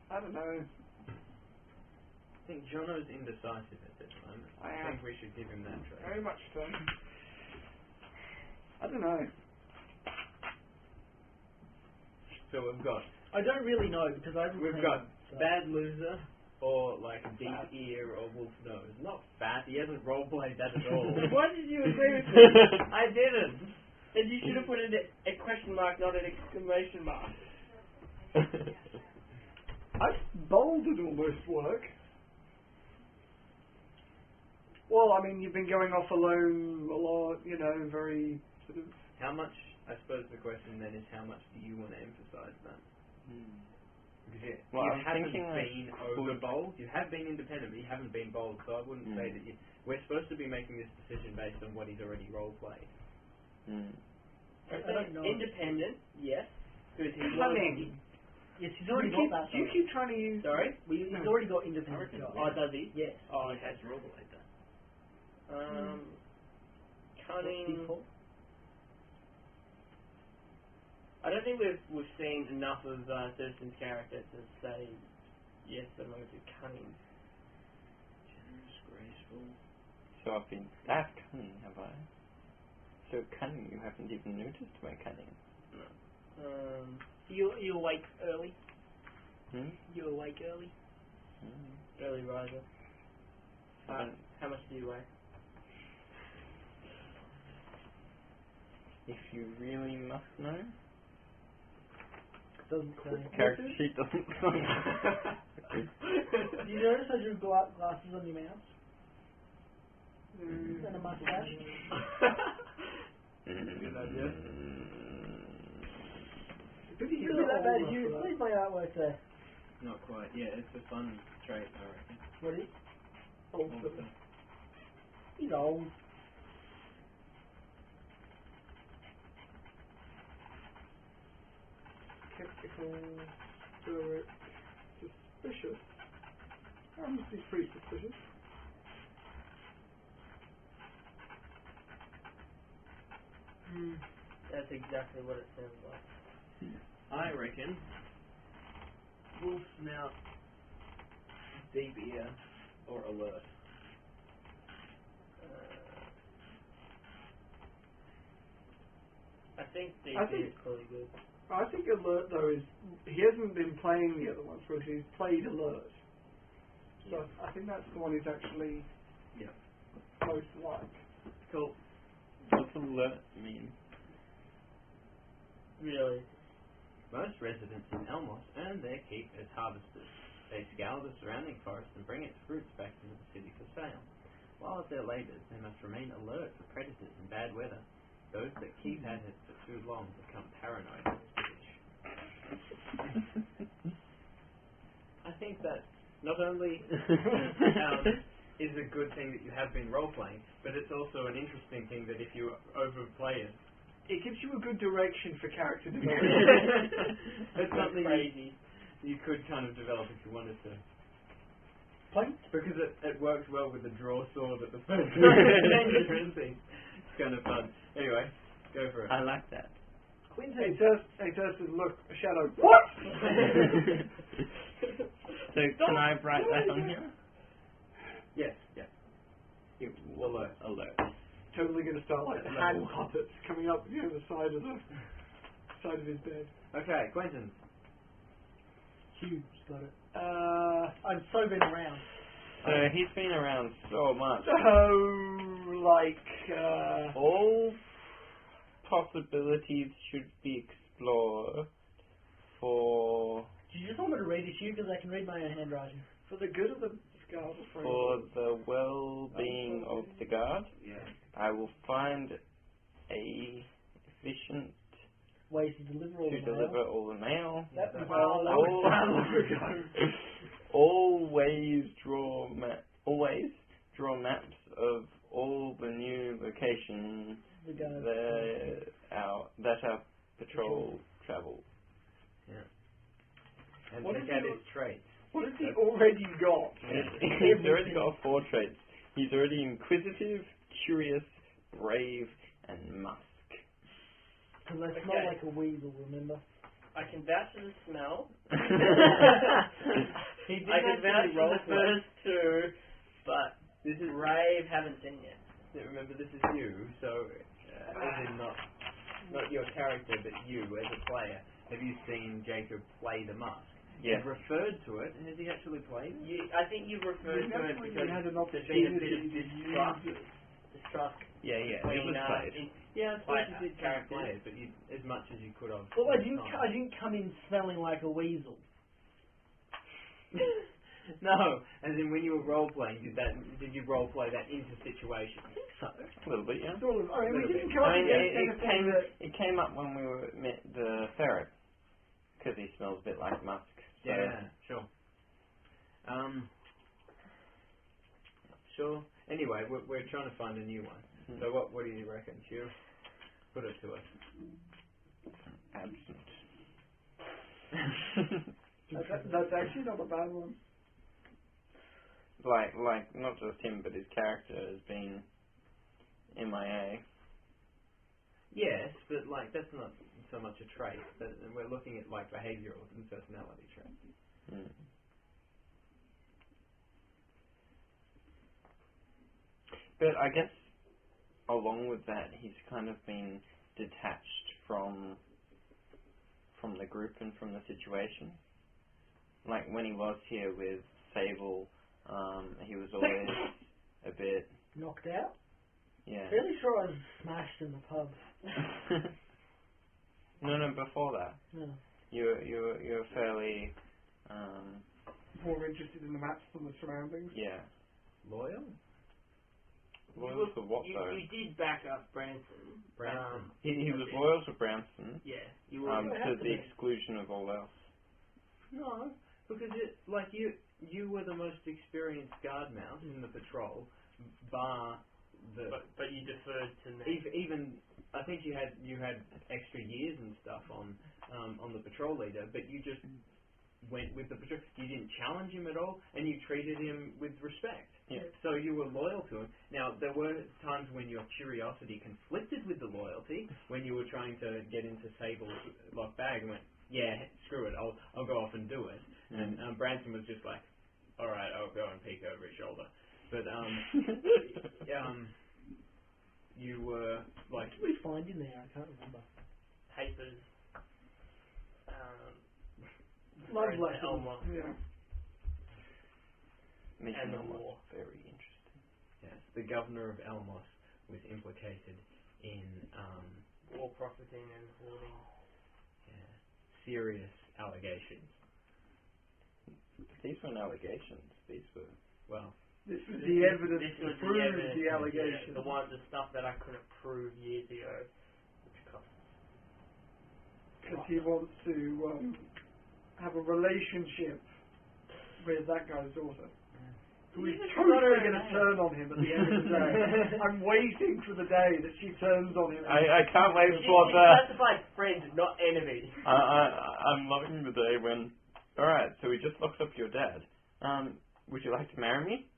Speaker 7: I don't know.
Speaker 3: I think Jono's indecisive at this moment. I
Speaker 7: I
Speaker 3: think
Speaker 7: am
Speaker 3: we should give him that trait.
Speaker 7: very much so. I don't know.
Speaker 3: So we've got
Speaker 23: I don't really know because I haven't
Speaker 3: We've
Speaker 23: played
Speaker 3: got
Speaker 23: it, so.
Speaker 3: bad loser,
Speaker 6: or like deep ear or wolf nose. Not fat. He hasn't role played that at all.
Speaker 15: Why did you agree with me? I didn't. And you should have put in a, a question mark, not an exclamation mark.
Speaker 7: I bolded almost work. Well, I mean, you've been going off alone a lot, you know, very sort of.
Speaker 6: How much? I suppose the question then is how much do you want to emphasise that? Because you,
Speaker 9: Well,
Speaker 6: you
Speaker 9: I'm
Speaker 6: haven't
Speaker 9: thinking, like,
Speaker 6: been
Speaker 9: could-
Speaker 6: over bold. You have been independent, but you haven't been bold. So I wouldn't say that you. We're supposed to be making this decision based on what he's already role played.
Speaker 9: Mm.
Speaker 1: I don't know.
Speaker 15: Independent, yes. Because he's
Speaker 1: Cunning. Yes, he's already
Speaker 7: you,
Speaker 1: got
Speaker 7: keep,
Speaker 1: that.
Speaker 7: you
Speaker 1: though.
Speaker 7: keep trying to use.
Speaker 15: Sorry?
Speaker 1: Well, he's already got independent.
Speaker 15: Oh, does he?
Speaker 1: Yes.
Speaker 15: Oh,
Speaker 6: He
Speaker 15: okay.
Speaker 6: has role played that.
Speaker 15: Um, cunning.
Speaker 1: Default.
Speaker 15: I don't think we've we've seen enough of uh, Thurston's character to say yes or no to cunning.
Speaker 6: Generous, graceful.
Speaker 9: So I've been that cunning, have I? So cunning, you haven't even noticed my cunning.
Speaker 15: Um,
Speaker 1: You you awake
Speaker 15: uh,
Speaker 1: early.
Speaker 9: Hmm?
Speaker 1: You awake early.
Speaker 9: Mm.
Speaker 15: early riser.
Speaker 9: I
Speaker 15: Uh,
Speaker 9: don't-
Speaker 15: how much do you weigh?
Speaker 9: If you really must know,
Speaker 1: Doesn't say.
Speaker 9: character sheet doesn't
Speaker 1: Do you notice I drew gla- glasses on your mouth
Speaker 7: Mm.
Speaker 1: and a mustache?
Speaker 15: Good idea.
Speaker 7: If you
Speaker 1: You're
Speaker 7: do that
Speaker 1: old
Speaker 7: bad,
Speaker 1: enough
Speaker 7: you
Speaker 1: for that.
Speaker 7: leave my artwork
Speaker 1: uh,
Speaker 7: there.
Speaker 6: Not quite. Yeah, it's a fun trait, I reckon.
Speaker 1: What is? it? Old. He's old.
Speaker 7: Skeptical, direct, suspicious. Um, this is pretty suspicious.
Speaker 15: That's exactly what it sounds like.
Speaker 6: I reckon. Wolf snout, deep ear, or alert.
Speaker 15: Uh, I think the
Speaker 7: I think-
Speaker 15: is probably good.
Speaker 7: I think alert though is he hasn't been playing the other ones for us. He's played alert, so I think that's the one he's actually
Speaker 6: Yeah.
Speaker 7: most like.
Speaker 6: Cool.
Speaker 9: What's alert mean?
Speaker 15: Really.
Speaker 6: Most residents in Elmos earn their keep as harvesters. They scour the surrounding forest and bring its fruits back into the city for sale. While at their labours, they must remain alert for predators and bad weather. Those that keep at it for too long become paranoid. and skittish. I think that not only um, is a good thing that you have been role playing, but it's also an interesting thing that if you overplay it,
Speaker 7: It gives you a good direction for character development.
Speaker 6: it's something you
Speaker 15: crazy.
Speaker 6: you could kind of develop if you wanted to.
Speaker 7: Point.
Speaker 6: Because it, it worked well with the draw sword at the first time. it's kind of fun. Anyway, go for it.
Speaker 9: I like that.
Speaker 7: Hey, Durst, hey, Durst says, look, a shadow. What?
Speaker 9: So can I write that on here?
Speaker 6: yes, yes. You alert.
Speaker 9: Alert.
Speaker 7: totally going to start like the hand puppets coming up you know, the side of the side of his bed.
Speaker 6: Okay, Quentin.
Speaker 1: Huge. Got it.
Speaker 7: Uh,
Speaker 1: I've so been around.
Speaker 9: So he's been around so much.
Speaker 7: so like uh,
Speaker 9: All possibilities should be explored for
Speaker 1: Do you just want me to read it to you because I can read my own handwriting?
Speaker 7: for the good of the Scarlet
Speaker 9: for the well-being of the guard.
Speaker 6: Yeah.
Speaker 9: I will find a efficient
Speaker 1: Ways to deliver all
Speaker 9: to
Speaker 1: the mail.
Speaker 9: deliver all the mail.
Speaker 1: That was
Speaker 7: Well, that was well
Speaker 9: All-
Speaker 7: over ago.
Speaker 9: always draw ma- always draw maps of all the new locations
Speaker 1: the guy.
Speaker 9: that our that our patrol travels.
Speaker 6: And
Speaker 7: What
Speaker 6: check
Speaker 7: is
Speaker 6: out
Speaker 7: your-
Speaker 6: his traits.
Speaker 7: What has he already got?
Speaker 9: He's already got four traits. He's already inquisitive, curious, brave, and musk.
Speaker 1: Because I smell
Speaker 15: Okay.
Speaker 1: like a weasel, remember?
Speaker 15: I can vouch for the smell.
Speaker 9: He
Speaker 15: I can vouch for the first two, but
Speaker 6: This is
Speaker 15: Brave haven't seen yet.
Speaker 6: remember this is you, so uh, as in not not your character, but you as a player. Have you seen Jacob play the mask?
Speaker 9: Yeah.
Speaker 8: You've referred to it. Has he actually played it?
Speaker 6: You, I think you've referred
Speaker 7: You've
Speaker 6: to it
Speaker 7: never
Speaker 6: because
Speaker 7: really had an
Speaker 6: there's been a bit of
Speaker 7: opportunity to
Speaker 6: distrust,
Speaker 7: use it.
Speaker 6: distrust
Speaker 9: Yeah, yeah, it
Speaker 6: between
Speaker 9: was
Speaker 6: uh,
Speaker 9: played.
Speaker 6: in-
Speaker 8: Yeah, I
Speaker 6: Played it.
Speaker 8: suppose you did kind of play it, but you, as much as you could have.
Speaker 24: Well, I
Speaker 8: at the
Speaker 24: didn't.
Speaker 8: time.
Speaker 24: I didn't come in smelling like a weasel.
Speaker 8: No, Oh, as in when you were role playing, did that? Did you role play that into situations?
Speaker 24: I think so.
Speaker 9: A little bit, yeah.
Speaker 7: Sort of. I mean, we didn't
Speaker 8: Little bit.
Speaker 7: come up
Speaker 9: I mean,
Speaker 7: against
Speaker 9: it, it
Speaker 7: anything
Speaker 9: came
Speaker 7: that
Speaker 9: it came up when we were met the ferret because he smells a bit like musk. So
Speaker 8: Yeah, sure. Um, sure. Anyway, we're, we're trying to find a new one.
Speaker 9: Hmm.
Speaker 8: So what? What do you reckon? Should you put it to us?
Speaker 9: absent.
Speaker 7: That- That's actually not a bad one.
Speaker 9: like like not just him, but his character has been MIA.
Speaker 8: Yes, but like that's not so much a trait. But we're looking at like behavioural and personality traits.
Speaker 9: Mm. But I guess along with that, he's kind of been detached from from the group and from the situation. Like when he was here with Sable, um, he was always a bit,
Speaker 24: Knocked out.
Speaker 9: yeah.
Speaker 24: Fairly sure I was smashed in the pub.
Speaker 9: no, no, before that,
Speaker 24: No.
Speaker 9: you were, you were, you were fairly, um,
Speaker 7: More interested in the maps than the surroundings.
Speaker 9: yeah.
Speaker 8: Loyal.
Speaker 9: Loyal to what
Speaker 6: you,
Speaker 9: though?
Speaker 6: you did back up Branson.
Speaker 8: Branson.
Speaker 6: Um,
Speaker 9: He, he was loyal to Branson,
Speaker 6: yeah, you were.
Speaker 9: um,
Speaker 24: what
Speaker 9: to
Speaker 24: happened
Speaker 9: the
Speaker 24: then?
Speaker 9: exclusion of all else.
Speaker 8: No, because it, like you, you were the most experienced guard mouse in the patrol, bar the
Speaker 6: But, but you deferred to me.
Speaker 8: even, even I think you had you had extra years and stuff on um, on the patrol leader, but you just went with the patrol. You didn't challenge him at all, and you treated him with respect.
Speaker 9: Yeah.
Speaker 8: So you were loyal to him. Now there were times when your curiosity conflicted with the loyalty, when you were trying to get into Sable's lock bag and went, yeah, screw it, I'll I'll go off and do it. And um, Branson was just like, all right, I'll go and peek over his shoulder. But um, um, you were
Speaker 24: What
Speaker 8: like
Speaker 24: did we find in there? I can't remember.
Speaker 6: Papers. Um,
Speaker 7: Love
Speaker 6: Branson,
Speaker 7: lessons.
Speaker 6: Elmer,
Speaker 7: Yeah.
Speaker 6: And
Speaker 9: Making
Speaker 6: the
Speaker 9: all that
Speaker 6: war.
Speaker 9: Very interesting.
Speaker 8: Yes, the governor of Elmos was implicated in um,
Speaker 6: war profiting and hoarding.
Speaker 8: yeah, serious allegations.
Speaker 9: These weren't allegations. These were.
Speaker 8: Well,
Speaker 7: This was the evidence
Speaker 6: This
Speaker 7: to
Speaker 6: was
Speaker 7: prove
Speaker 6: the, evidence,
Speaker 7: the
Speaker 6: yeah,
Speaker 7: allegation.
Speaker 6: the one, the stuff that I couldn't prove years ago. Which cost
Speaker 7: Because he wants to um, have a relationship with that guy's daughter. Who is
Speaker 6: Even if it's
Speaker 7: totally
Speaker 6: not
Speaker 7: going to
Speaker 6: her name.
Speaker 7: turn on him at the end of the day. I'm waiting for the day that she turns on him.
Speaker 9: I, I can't wait
Speaker 6: It's
Speaker 9: for the.
Speaker 6: classified friend, not enemy.
Speaker 9: I, I I'm loving the day when. All right, so we just locked up your dad. Um, would you like to marry me?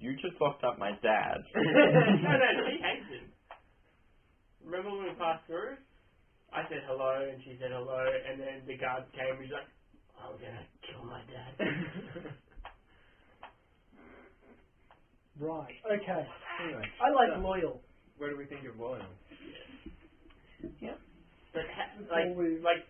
Speaker 9: You just locked up my dad.
Speaker 6: no, no, she hates him. Remember when we passed through? I said hello, and she said hello, and then the guard came, and he's like, I'm gonna kill my dad.
Speaker 24: Right. Okay.
Speaker 8: anyway,
Speaker 24: I like
Speaker 8: So-
Speaker 24: loyal.
Speaker 8: what do we think of Loyal?
Speaker 6: but, ha- like,
Speaker 7: Always.
Speaker 6: like,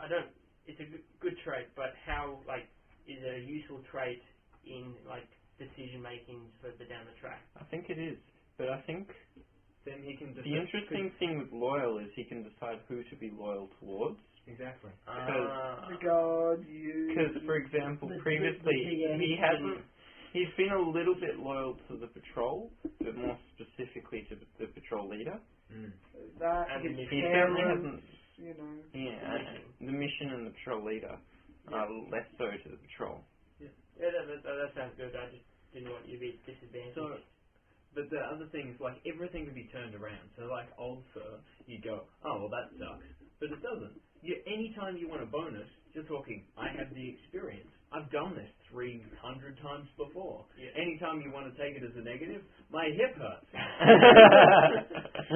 Speaker 6: I don't, it's a good, good trait, but how, like, is it a useful trait in, like, decision making further down the track?
Speaker 9: I think it is, but I think
Speaker 8: Then he can.
Speaker 9: the
Speaker 8: Just
Speaker 9: interesting thing with loyal is he can decide who to be loyal towards.
Speaker 8: Exactly.
Speaker 6: Ah.
Speaker 7: regard you.
Speaker 9: Because, for example,
Speaker 24: The- the-
Speaker 9: previously
Speaker 24: the-
Speaker 9: he hasn't. He's been a little bit loyal to the patrol, but more specifically to the patrol leader.
Speaker 8: Mm.
Speaker 7: that
Speaker 6: and
Speaker 7: his
Speaker 6: the
Speaker 9: He certainly
Speaker 7: parents,
Speaker 9: hasn't.
Speaker 7: you know.
Speaker 9: Yeah, and the mission and the patrol leader, uh, less so to the patrol.
Speaker 6: Yeah, that, that, that sounds good. I just didn't want you to be disadvantaged.
Speaker 8: So, but the other thing is like everything can be turned around. So like old sir, you go, oh well that sucks, but it doesn't. You anytime you want a bonus, you're talking. I have the experience. I've done this three hundred times before.
Speaker 6: Yeah.
Speaker 8: Anytime you want to take it as a negative, my hip hurts.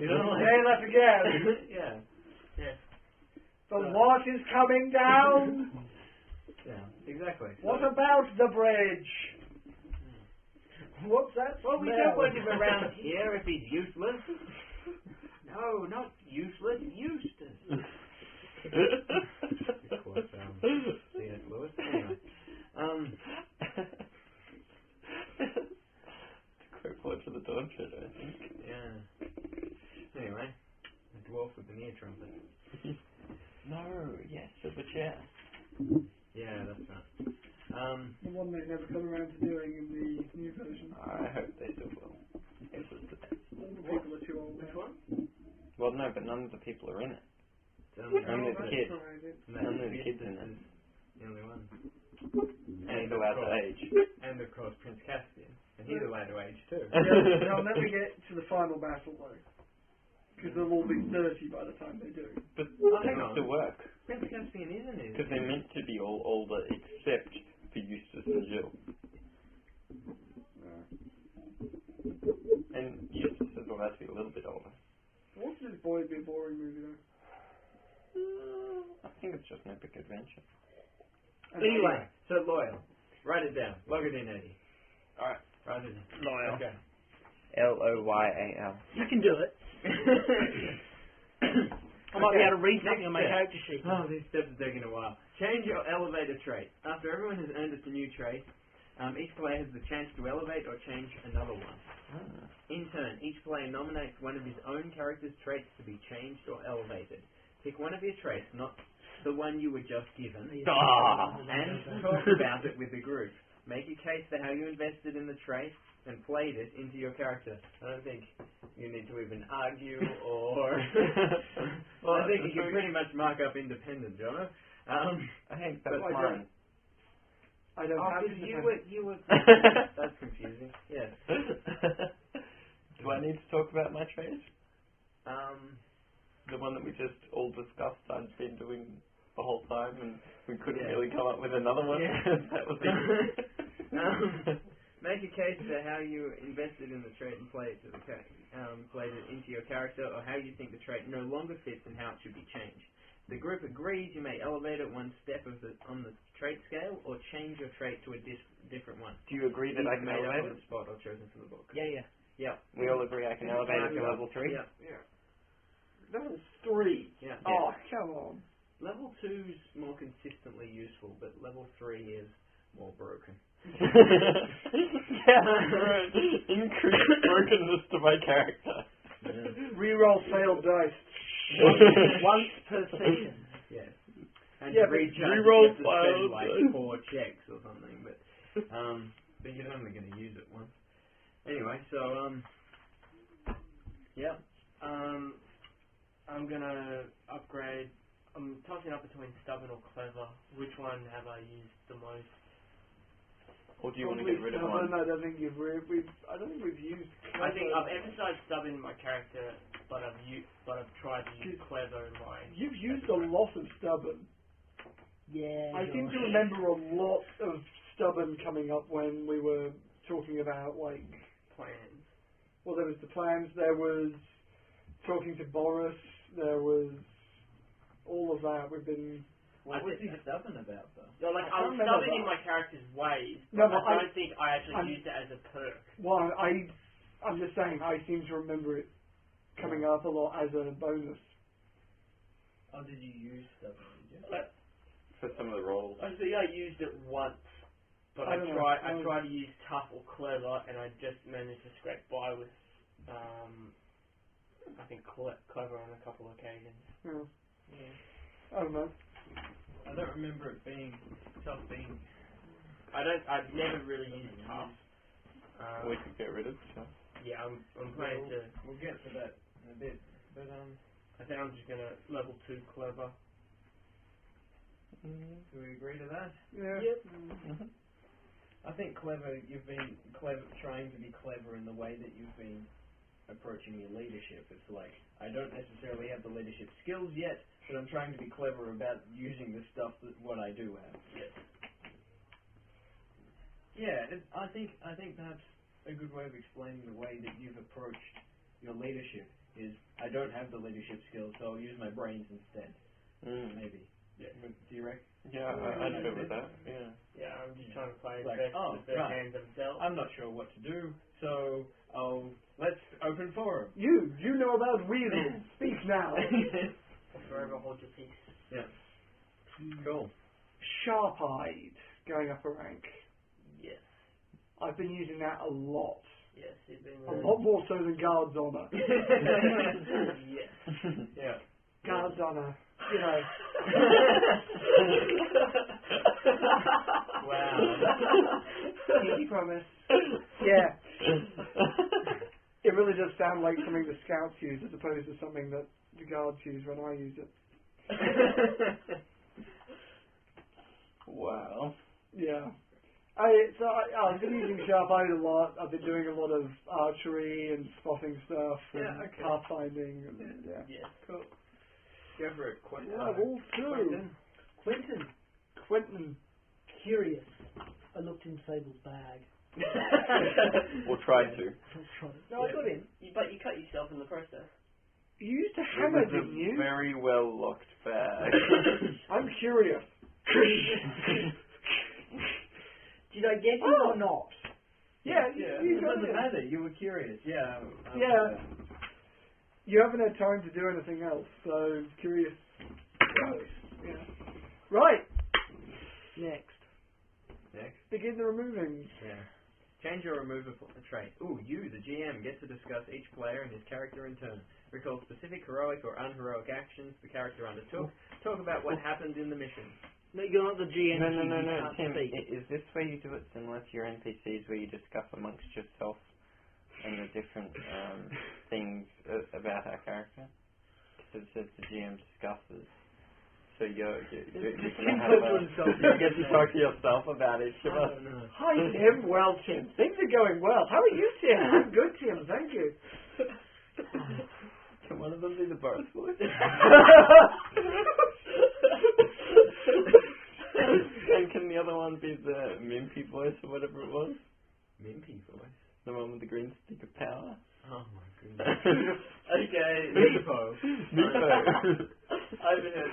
Speaker 8: you know, like,
Speaker 7: Say that again.
Speaker 8: yeah,
Speaker 7: The what is coming down?
Speaker 8: yeah, exactly.
Speaker 7: what
Speaker 8: So-
Speaker 7: about the bridge? What's that?
Speaker 8: well, we
Speaker 7: smell?
Speaker 8: don't want him around here if he's useless. No, not useless, useless. Of course, um,
Speaker 9: much of the dog shit, I think.
Speaker 8: Yeah. Anyway, the dwarf with the near trumpet.
Speaker 9: No, yes, silver chair.
Speaker 8: Yeah, that's right. Um,
Speaker 7: The one they've never come around to doing in the new version.
Speaker 9: I hope they still will. It was the best.
Speaker 7: All the people are too old.
Speaker 8: which one?
Speaker 9: Well, no, but none of the people are in it.
Speaker 8: Um,
Speaker 9: Only the kids.
Speaker 8: no,
Speaker 9: None of the kids
Speaker 8: Prince
Speaker 9: in
Speaker 8: is
Speaker 9: it.
Speaker 8: The only one.
Speaker 9: And
Speaker 8: And
Speaker 9: the
Speaker 8: of
Speaker 9: latter
Speaker 8: course,
Speaker 9: age.
Speaker 8: and of course Prince Caspian, and he's a later age too.
Speaker 7: Yeah, they'll never get to the final battle though, because they'll all be thirty by the time they do.
Speaker 9: But
Speaker 8: Oh, hang
Speaker 9: things
Speaker 8: on.
Speaker 9: to work.
Speaker 8: Prince Caspian isn't it?
Speaker 9: Because they're meant to be all older except for Eustace and Jill. And Eustace is allowed to be a little bit older.
Speaker 7: What's this boy be a boring movie though?
Speaker 9: I think it's just an epic adventure.
Speaker 8: Anyway, so loyal. Write it down. Log it in, Eddie.
Speaker 9: All right.
Speaker 8: Write it in.
Speaker 25: Loyal.
Speaker 8: Okay.
Speaker 9: L O Y A L.
Speaker 26: You can do it. I might be able to read something on my
Speaker 8: Next
Speaker 26: character sheet.
Speaker 8: Oh, these steps are taking a while. Change your elevator trait. After everyone has earned its new trait, um, each player has the chance to elevate or change another one. In turn, each player nominates one of his own character's traits to be changed or elevated. Pick one of your traits, not the one you were just given, and talk about it with the group. Make a case for how you invested in the trait and played it into your character. I don't think you need to even argue or. well, I think you can pretty much mark up independent, Jono. Um,
Speaker 9: I think that's
Speaker 8: But-
Speaker 9: mine.
Speaker 7: I don't
Speaker 8: oh,
Speaker 7: have
Speaker 8: 'cause
Speaker 7: to.
Speaker 8: you were, you were. That's confusing. Yeah.
Speaker 9: Do I need to talk about my trade?
Speaker 8: Um,
Speaker 9: The one that we just all discussed I'd been doing the whole time and we couldn't
Speaker 8: Yeah.
Speaker 9: really come up with another one.
Speaker 8: Yeah.
Speaker 9: that was it.
Speaker 8: Um, Make a case for how you invested in the trait and played it, to the ca- um, played it into your character, or how you think the trait no longer fits and how it should be changed. If The group agrees you may elevate it one step of the, on the trait scale, or change your trait to a dis- different one.
Speaker 9: Do you agree that I can
Speaker 8: made up
Speaker 9: elevate
Speaker 8: on
Speaker 9: it?
Speaker 8: the spot or chosen from the book.
Speaker 26: Yeah, yeah.
Speaker 8: Yeah.
Speaker 9: We all agree I can elevate it to level 3?
Speaker 8: Yeah. Yeah.
Speaker 9: That was 3.
Speaker 8: yeah.
Speaker 9: Oh, come on.
Speaker 8: Level two's more consistently useful, but level three is more broken.
Speaker 9: yeah, right. Increase brokenness to my character.
Speaker 7: Reroll failed dice.
Speaker 26: Once per session.
Speaker 8: Yes. And
Speaker 7: Yeah,
Speaker 8: to
Speaker 7: but
Speaker 8: recharge,
Speaker 9: you
Speaker 8: you
Speaker 9: roll
Speaker 8: have to spend
Speaker 9: files,
Speaker 8: like
Speaker 9: though.
Speaker 8: four checks or something, but um, but you're only going to use it once. Anyway, so um, yeah,
Speaker 6: Um, I'm gonna upgrade. I'm tossing up between stubborn or clever. Which one have I used the most?
Speaker 9: Or do you want to get rid of
Speaker 7: I
Speaker 9: one?
Speaker 7: don't think you've re- we've. I don't think we've used.
Speaker 6: I think I've emphasised stubborn in my character, but I've u- but I've tried to use clever in my.
Speaker 7: You've used a lot of stubborn.
Speaker 26: Yeah.
Speaker 7: I seem to remember a lot of stubborn coming up when we were talking about like
Speaker 6: plans.
Speaker 7: well there was the plans, there was talking to Boris, there was all of that. We've been
Speaker 6: I
Speaker 8: what's he
Speaker 6: think,
Speaker 8: stubborn about though?
Speaker 6: no, like
Speaker 7: I
Speaker 6: I was
Speaker 7: can't remember
Speaker 6: stubborn
Speaker 7: that.
Speaker 6: in my character's ways,
Speaker 7: No,
Speaker 6: but
Speaker 7: but
Speaker 6: I
Speaker 7: I-
Speaker 6: don't think I actually
Speaker 7: I'm-
Speaker 6: used it as a perk.
Speaker 7: well I I'm just saying I seem to remember it coming up a lot as a bonus.
Speaker 6: Oh, did you use stubborn?
Speaker 9: For some of the roles.
Speaker 6: I think I used it once, but
Speaker 27: Oh,
Speaker 6: I,
Speaker 7: I don't know.
Speaker 6: tried. I
Speaker 7: I was-
Speaker 6: tried to use tough or clever, and I just managed to scrape by with, um, I think cle- clever on a couple of occasions.
Speaker 7: Yeah. I don't know.
Speaker 28: I don't remember it being tough being.
Speaker 6: I don't. I've never really used tough. Um,
Speaker 9: We could get rid of stuff.
Speaker 6: yeah, I'm. I'm planning to.
Speaker 28: We'll get to that in a bit. But um,
Speaker 6: I think I'm just gonna level two clever.
Speaker 28: do we agree to that?
Speaker 7: Yeah.
Speaker 28: I think clever. You've been clever, trying to be clever in the way that you've been approaching your leadership. It's like I don't necessarily have the leadership skills yet, but I'm trying to be clever about using the stuff that what I do have. Yeah, it, I think I think that's a good way of explaining the way that you've approached your leadership. Is I don't have the leadership skills, so I'll use my brains instead.
Speaker 9: Mm.
Speaker 28: Maybe. Yeah. Do you reckon?
Speaker 9: Yeah, I, I'd go with that. Yeah.
Speaker 6: Yeah, I'm just trying to play
Speaker 28: Like,
Speaker 6: best
Speaker 28: oh,
Speaker 6: with their
Speaker 28: right.
Speaker 6: hands themselves.
Speaker 28: I'm not sure what to do, so I'll let's open forum.
Speaker 7: You you know about weasels. Speak now.
Speaker 6: Forever hold your peace.
Speaker 8: Cool.
Speaker 7: Sharp eyed going up a rank.
Speaker 6: Yes.
Speaker 7: I've been using that a lot
Speaker 6: Yes, he's been.
Speaker 27: Oh.
Speaker 7: A
Speaker 6: really-
Speaker 7: lot more so than guards honor.
Speaker 6: yes.
Speaker 8: yeah.
Speaker 7: Guards honor. You know.
Speaker 8: Wow.
Speaker 7: Easy promise. Yeah. It really does sound like something the scouts use as opposed to something that the guards use when I use it.
Speaker 9: Wow.
Speaker 7: Yeah. I so I, I've been using sharp eyed a lot. I've been doing a lot of archery and spotting stuff and
Speaker 8: Yeah, okay.
Speaker 7: pathfinding. And, yeah.
Speaker 6: Yes.
Speaker 8: Cool. Go for it, Quentin.
Speaker 9: uh,
Speaker 7: Yeah, all two.
Speaker 27: Quentin,
Speaker 7: Quentin.
Speaker 27: curious. I looked in Sable's bag.
Speaker 9: We'll try to.
Speaker 27: I tried. No, I got in.
Speaker 6: You- But you cut yourself in the process.
Speaker 7: You used a
Speaker 9: It
Speaker 7: hammer,
Speaker 9: was
Speaker 7: didn't
Speaker 9: a
Speaker 7: you?
Speaker 9: very well locked bag.
Speaker 7: I'm curious.
Speaker 27: Did I get in
Speaker 7: Oh.
Speaker 27: or not?
Speaker 7: Yeah,
Speaker 29: Yeah,
Speaker 7: you, you
Speaker 29: it
Speaker 7: got
Speaker 29: doesn't
Speaker 7: in.
Speaker 29: matter. You were curious. Yeah. I'm-
Speaker 7: Yeah.
Speaker 8: "Oh,
Speaker 7: You haven't had time to do anything else, so curious. Yeah. Right.
Speaker 27: Next.
Speaker 8: Next.
Speaker 7: Begin the removing.
Speaker 8: Yeah. Change your remover pl- trait. Ooh, you, the GM, get to discuss each player and his character in turn. Recall specific heroic or unheroic actions the character undertook. Talk about what happened in the mission.
Speaker 27: No, you're not the GM.
Speaker 9: no, no, no,
Speaker 27: you
Speaker 9: no,
Speaker 27: can't
Speaker 9: Tim.
Speaker 27: speak.
Speaker 9: i- Is this where you do it similar to your NPCs, where you discuss amongst yourself and the different um, things uh, about our character? Because it says the GM discusses. So you're, you're, you're, you're gonna have
Speaker 7: talk to
Speaker 9: a-
Speaker 7: himself.
Speaker 9: you get to talk to yourself about each of us.
Speaker 8: know.
Speaker 7: Hi, Tim. Well, Tim. Things are going well. How are you, Tim? I'm good, Tim. Thank you.
Speaker 9: Can one of them be the boss boy? and can the other one be the Mimpy voice or whatever it was?
Speaker 8: Mimpy voice.
Speaker 9: The one with the green stick of power?
Speaker 8: Oh my goodness.
Speaker 9: okay.
Speaker 8: Meepo.
Speaker 9: Meepo.
Speaker 8: I haven't heard this.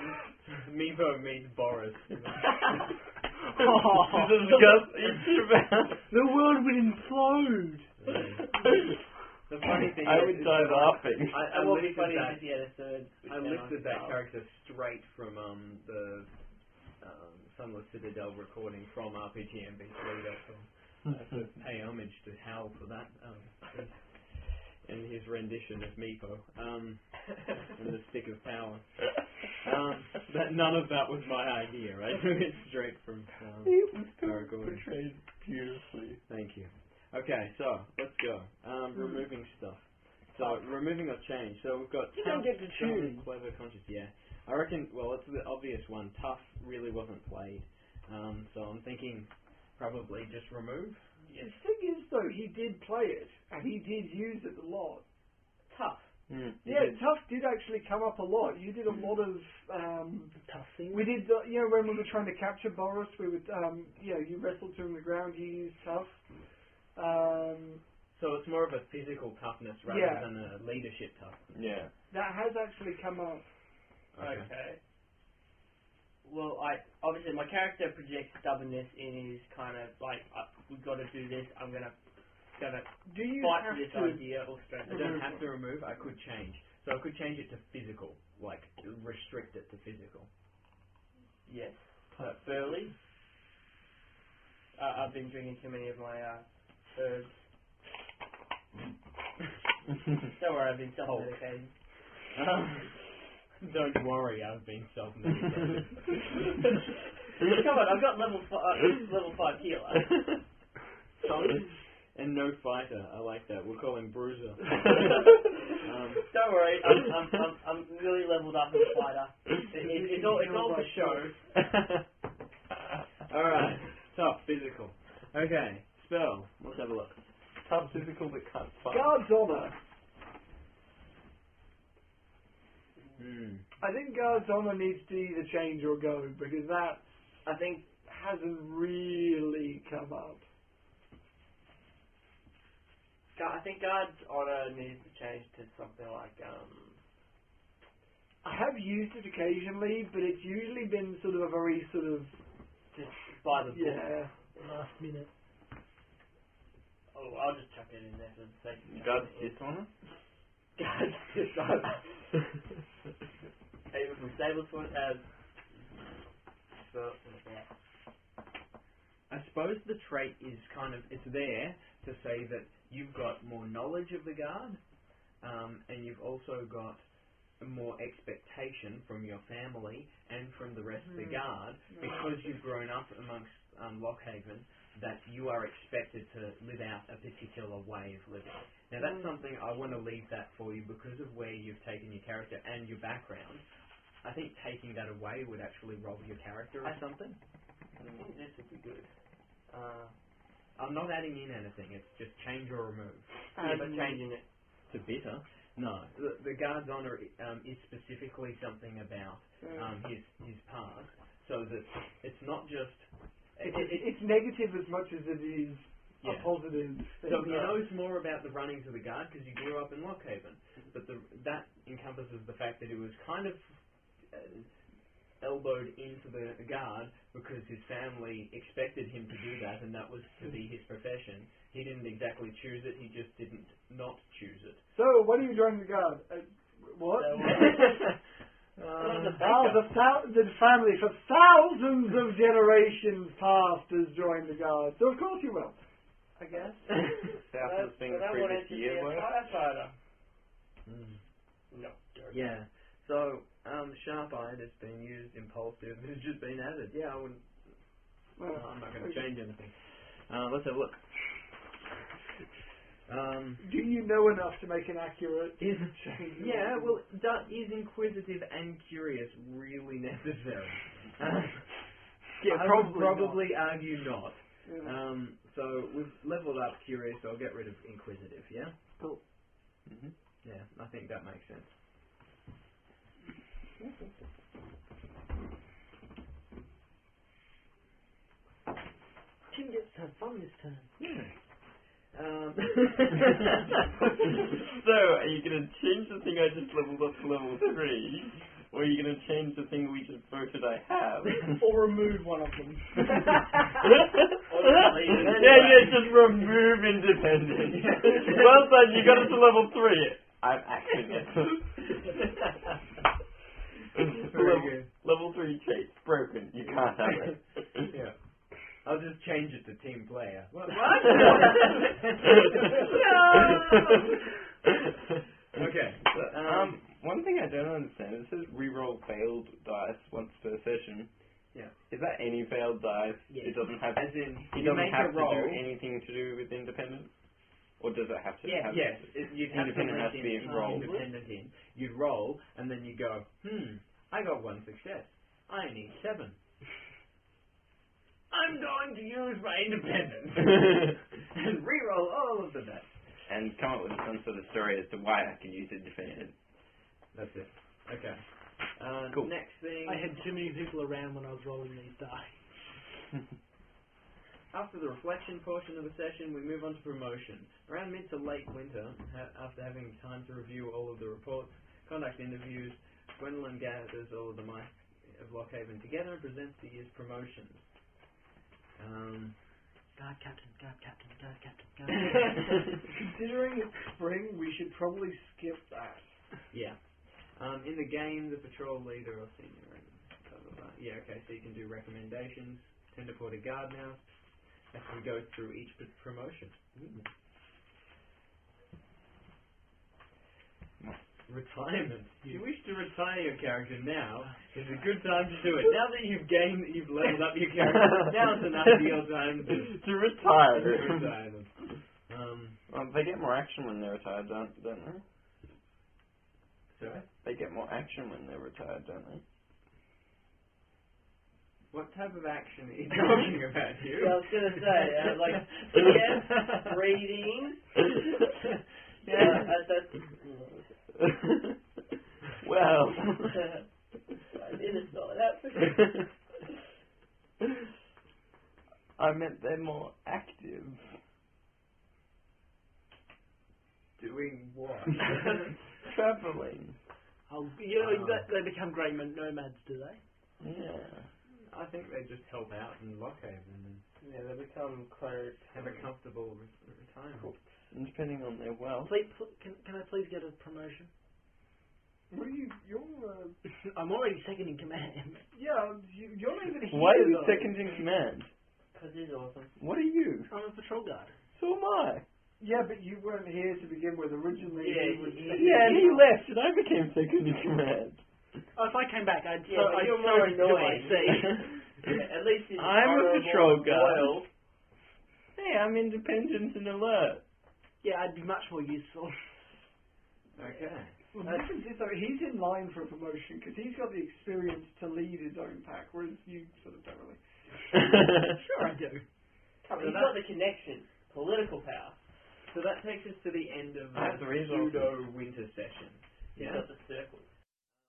Speaker 8: Meepo means Boris. Oh.
Speaker 9: Discuss each about.
Speaker 27: The world would implode.
Speaker 8: The funny thing
Speaker 9: I
Speaker 8: is,
Speaker 9: would
Speaker 8: is
Speaker 9: die
Speaker 8: that
Speaker 9: laughing.
Speaker 8: I, I,
Speaker 6: That would be
Speaker 8: lifted
Speaker 6: funny
Speaker 8: that,
Speaker 6: if he had a third. which
Speaker 8: I
Speaker 6: then
Speaker 8: lifted
Speaker 6: could
Speaker 8: that
Speaker 6: tell.
Speaker 8: character straight from um, the um, Sunless Citadel recording from RPGMBC.com. I have to pay homage to Hal for that um, and his rendition of Meepo um, and the Stick of Power. Um, that, none of that was my idea. I took it straight from um, Aragorn.
Speaker 9: Portrayed beautifully.
Speaker 8: Thank you. Okay, so let's go. Um, removing stuff. So removing or change. So we've got
Speaker 27: You don't
Speaker 8: tough,
Speaker 27: get to
Speaker 8: dumb,
Speaker 27: choose.
Speaker 8: clever, conscious. Yeah, I reckon. Well, it's the obvious one. Tough really wasn't played. Um, so I'm thinking probably just remove.
Speaker 7: The thing is, though, he did play it, and he did use it a lot.
Speaker 6: Tough.
Speaker 9: Mm.
Speaker 7: Yeah, tough did actually come up a lot. You
Speaker 8: Mm.
Speaker 7: did a lot of. Um,
Speaker 27: Tough thing.
Speaker 7: we did, the, you know, when we were trying to capture Boris, we would, um, you know, you wrestled to him on the ground, you used tough. Um,
Speaker 8: So it's more of a physical toughness rather
Speaker 7: Yeah.
Speaker 8: than a leadership toughness.
Speaker 9: Yeah.
Speaker 7: that has actually come up.
Speaker 6: Okay. Well, I obviously my character projects stubbornness in his kind of like I, we got to do this. I'm gonna gonna
Speaker 7: Do you
Speaker 6: fight
Speaker 7: have
Speaker 6: for this
Speaker 7: to?
Speaker 6: idea or strength.
Speaker 8: I don't have to remove. I could change. So I could change it to physical, like restrict it to physical.
Speaker 7: Mm-hmm.
Speaker 6: Yes. Uh, burly. Uh, I've been drinking too many of my uh, herbs. Don't worry, I've been self-medicating.
Speaker 8: Don't worry, I've been self-medicated.
Speaker 6: Come on, I've got level five, level five healer.
Speaker 8: and no fighter. I like that. We'll call him Bruiser. um,
Speaker 6: Don't worry, I'm, I'm, I'm, I'm really leveled up as a fighter. It, it, it's all, it's all for show.
Speaker 8: all right. Tough physical. Okay. Spell. Let's have a look.
Speaker 9: Tough physical that can't fight.
Speaker 7: Guards honor.
Speaker 8: Hmm.
Speaker 7: I think guards honor needs to either change or go because that I think hasn't really come up.
Speaker 6: Gu- I think guard's honor needs to change to something like um.
Speaker 7: I have used it occasionally, but it's usually been sort of a very sort of
Speaker 6: just by the book.
Speaker 7: yeah.
Speaker 27: Last minute.
Speaker 6: Oh, I'll just chuck it in there for the sake of chucking
Speaker 9: God's
Speaker 6: it in.
Speaker 9: dishonor?
Speaker 6: God's dishonor. Even from Stable's point, uh, so, yeah.
Speaker 8: I suppose the trait is kind of it's there to say that you've got more knowledge of the guard, um, and you've also got more expectation from your family and from the rest
Speaker 30: Mm.
Speaker 8: of the guard because you've grown up amongst um, Lockhaven that you are expected to live out a particular way of living. Now that's
Speaker 30: Mm.
Speaker 8: something I want to leave that for you because of where you've taken your character and your background. I think taking that away would actually rob your character of
Speaker 30: I-
Speaker 8: something.
Speaker 30: I think this would be good. Uh,
Speaker 8: I'm not adding in anything. It's just change or remove.
Speaker 30: yeah, but changing it.
Speaker 8: to bitter. No, the, the guard's honor um, is specifically something about um, his his past, so that it's not just. It,
Speaker 7: It's,
Speaker 8: it,
Speaker 7: it's negative as much as it is
Speaker 8: Yeah.
Speaker 7: a positive thing.
Speaker 8: so he knows more about the runnings of the guard because he grew up in Lockhaven, but the, that encompasses the fact that he was kind of uh, elbowed into the guard because his family expected him to do that, and that was to be his profession. He didn't exactly choose it; he just didn't not choose it.
Speaker 7: So, what are you joining the guard? Uh, what?
Speaker 8: Uh,
Speaker 7: Oh, the, thou- the family for thousands of generations past has joined the guard. So, of course, you will.
Speaker 30: I guess.
Speaker 9: South has been the previous year work.
Speaker 30: firefighter.
Speaker 8: Mm.
Speaker 30: No.
Speaker 8: Yeah. So, um, sharp-eyed has been used, impulsive has just been added. Yeah, I wouldn't.
Speaker 7: Well,
Speaker 8: I'm not going to change anything. Uh, let's have a look. Um,
Speaker 7: Do you know enough to make an accurate?
Speaker 8: is
Speaker 7: change?
Speaker 8: yeah, well, that is inquisitive and curious really necessary? Uh,
Speaker 7: Yeah,
Speaker 8: I
Speaker 7: probably
Speaker 8: would
Speaker 7: not. Mm.
Speaker 8: probably argue not.
Speaker 7: Yeah.
Speaker 8: Um, so we've leveled up curious, so I'll get rid of inquisitive. Yeah. Mm-hmm.
Speaker 7: Cool.
Speaker 9: Mhm.
Speaker 8: Yeah, I think that makes sense.
Speaker 6: Tim gets to have fun this turn.
Speaker 8: Um,
Speaker 9: so, are you going to change the thing I just leveled up to level 3? Or are you going to change the thing we just voted I have?
Speaker 7: or remove one of them.
Speaker 9: yeah, yeah, just remove independent. well done, you got it to level 3. I'm acting it.
Speaker 8: Very
Speaker 9: level,
Speaker 8: good.
Speaker 9: level 3 cheat. Broken. You can't have it.
Speaker 8: yeah. I'll just change it to team player. What? okay.
Speaker 9: Um, one thing I don't understand, it says reroll failed dice once per session.
Speaker 8: Yeah.
Speaker 9: Is that any failed dice?
Speaker 8: Yeah.
Speaker 9: It doesn't have
Speaker 8: As in,
Speaker 9: it
Speaker 8: you
Speaker 9: doesn't
Speaker 8: make
Speaker 9: have
Speaker 8: a
Speaker 9: to
Speaker 8: roll.
Speaker 9: do anything to do with independent? Or does it have to
Speaker 8: Yeah,
Speaker 9: have
Speaker 8: yes. It, you'd have
Speaker 9: Independent
Speaker 8: to
Speaker 9: has to
Speaker 8: link
Speaker 9: be
Speaker 8: in,
Speaker 9: rolled.
Speaker 8: Independent in. You'd roll, and then you go, hmm, I got one success. I need seven. I'm going to use my independent and re-roll all of the dice.
Speaker 9: and come up with some sort of story as to why I can use independent.
Speaker 8: That's it. Okay. Uh,
Speaker 9: Cool.
Speaker 8: Next thing.
Speaker 6: I had too many people around when I was rolling these dice.
Speaker 8: After the reflection portion of the session, we move on to promotion. Around mid to late winter, ha- after having time to review all of the reports, conduct interviews, Gwendolyn gathers all of the mice of Lockhaven together and presents the year's promotions. Um,
Speaker 6: Guard captain, guard captain, guard captain, guard captain.
Speaker 7: Considering it's spring, we should probably skip that.
Speaker 8: yeah. Um, in the game, the patrol leader or senior. Blah, blah, blah. Yeah, okay, so you can do recommendations. Tend to put a guard now as we go through each p- promotion. Retirement. If you wish to retire your character now,
Speaker 7: Ah,
Speaker 8: is a good time to do it. Now that you've gained, you've leveled up your character, now's an ideal time to
Speaker 9: to retire.
Speaker 8: retire them. Um,
Speaker 9: well, they get more action when they're retired, don't, don't they?
Speaker 8: sorry?
Speaker 9: They get more action when they're retired, don't they?
Speaker 8: What type of action are you talking about, you?
Speaker 30: Yeah, I was gonna say, uh, like, yes, reading. Yeah, that, that's.
Speaker 9: well.
Speaker 30: I didn't sort that for
Speaker 9: I meant they're more active.
Speaker 8: Doing what?
Speaker 9: Traveling.
Speaker 6: Oh, you know,
Speaker 8: Wow.
Speaker 6: that- they become great mon- nomads, do they?
Speaker 9: Yeah.
Speaker 8: I think they just help out in Lockhaven and
Speaker 30: Yeah, they become clerics.
Speaker 8: have a comfortable re- retirement.
Speaker 9: And depending on their wealth.
Speaker 6: Please, pl- can, can I please get a promotion?
Speaker 7: Were you, you're, uh,
Speaker 6: I'm already second in command.
Speaker 7: yeah, you, you're not even here.
Speaker 9: Why are you
Speaker 7: though.
Speaker 9: second in command?
Speaker 30: Because he's awesome.
Speaker 9: Oh. What are you?
Speaker 6: I'm a patrol guard.
Speaker 9: So am I.
Speaker 7: Yeah, but you weren't here to begin with. Originally,
Speaker 6: Yeah,
Speaker 7: you was
Speaker 6: he-
Speaker 7: second
Speaker 9: Yeah, and he
Speaker 7: in
Speaker 9: left, and I became second in command.
Speaker 31: Oh, if I came back, I'd
Speaker 6: Yeah, but
Speaker 31: I'd
Speaker 6: you're
Speaker 31: throw
Speaker 6: more
Speaker 31: it to my
Speaker 6: annoying.
Speaker 31: seat.
Speaker 6: At least it's
Speaker 9: I'm a
Speaker 6: honourable,
Speaker 9: patrol guard.
Speaker 6: loyal.
Speaker 9: Hey, I'm independent and alert.
Speaker 31: Yeah, I'd be much more useful.
Speaker 32: Okay.
Speaker 7: Well, the difference is, though, he's in line for a promotion because he's got the experience to lead his own pack, whereas you sort of don't really.
Speaker 31: Sure, I do.
Speaker 6: He's got the connection, political power.
Speaker 32: So that takes us to the end of
Speaker 9: I have
Speaker 32: the
Speaker 9: the resources.
Speaker 32: pseudo winter session.
Speaker 6: He's
Speaker 32: Yeah.
Speaker 6: got the circles.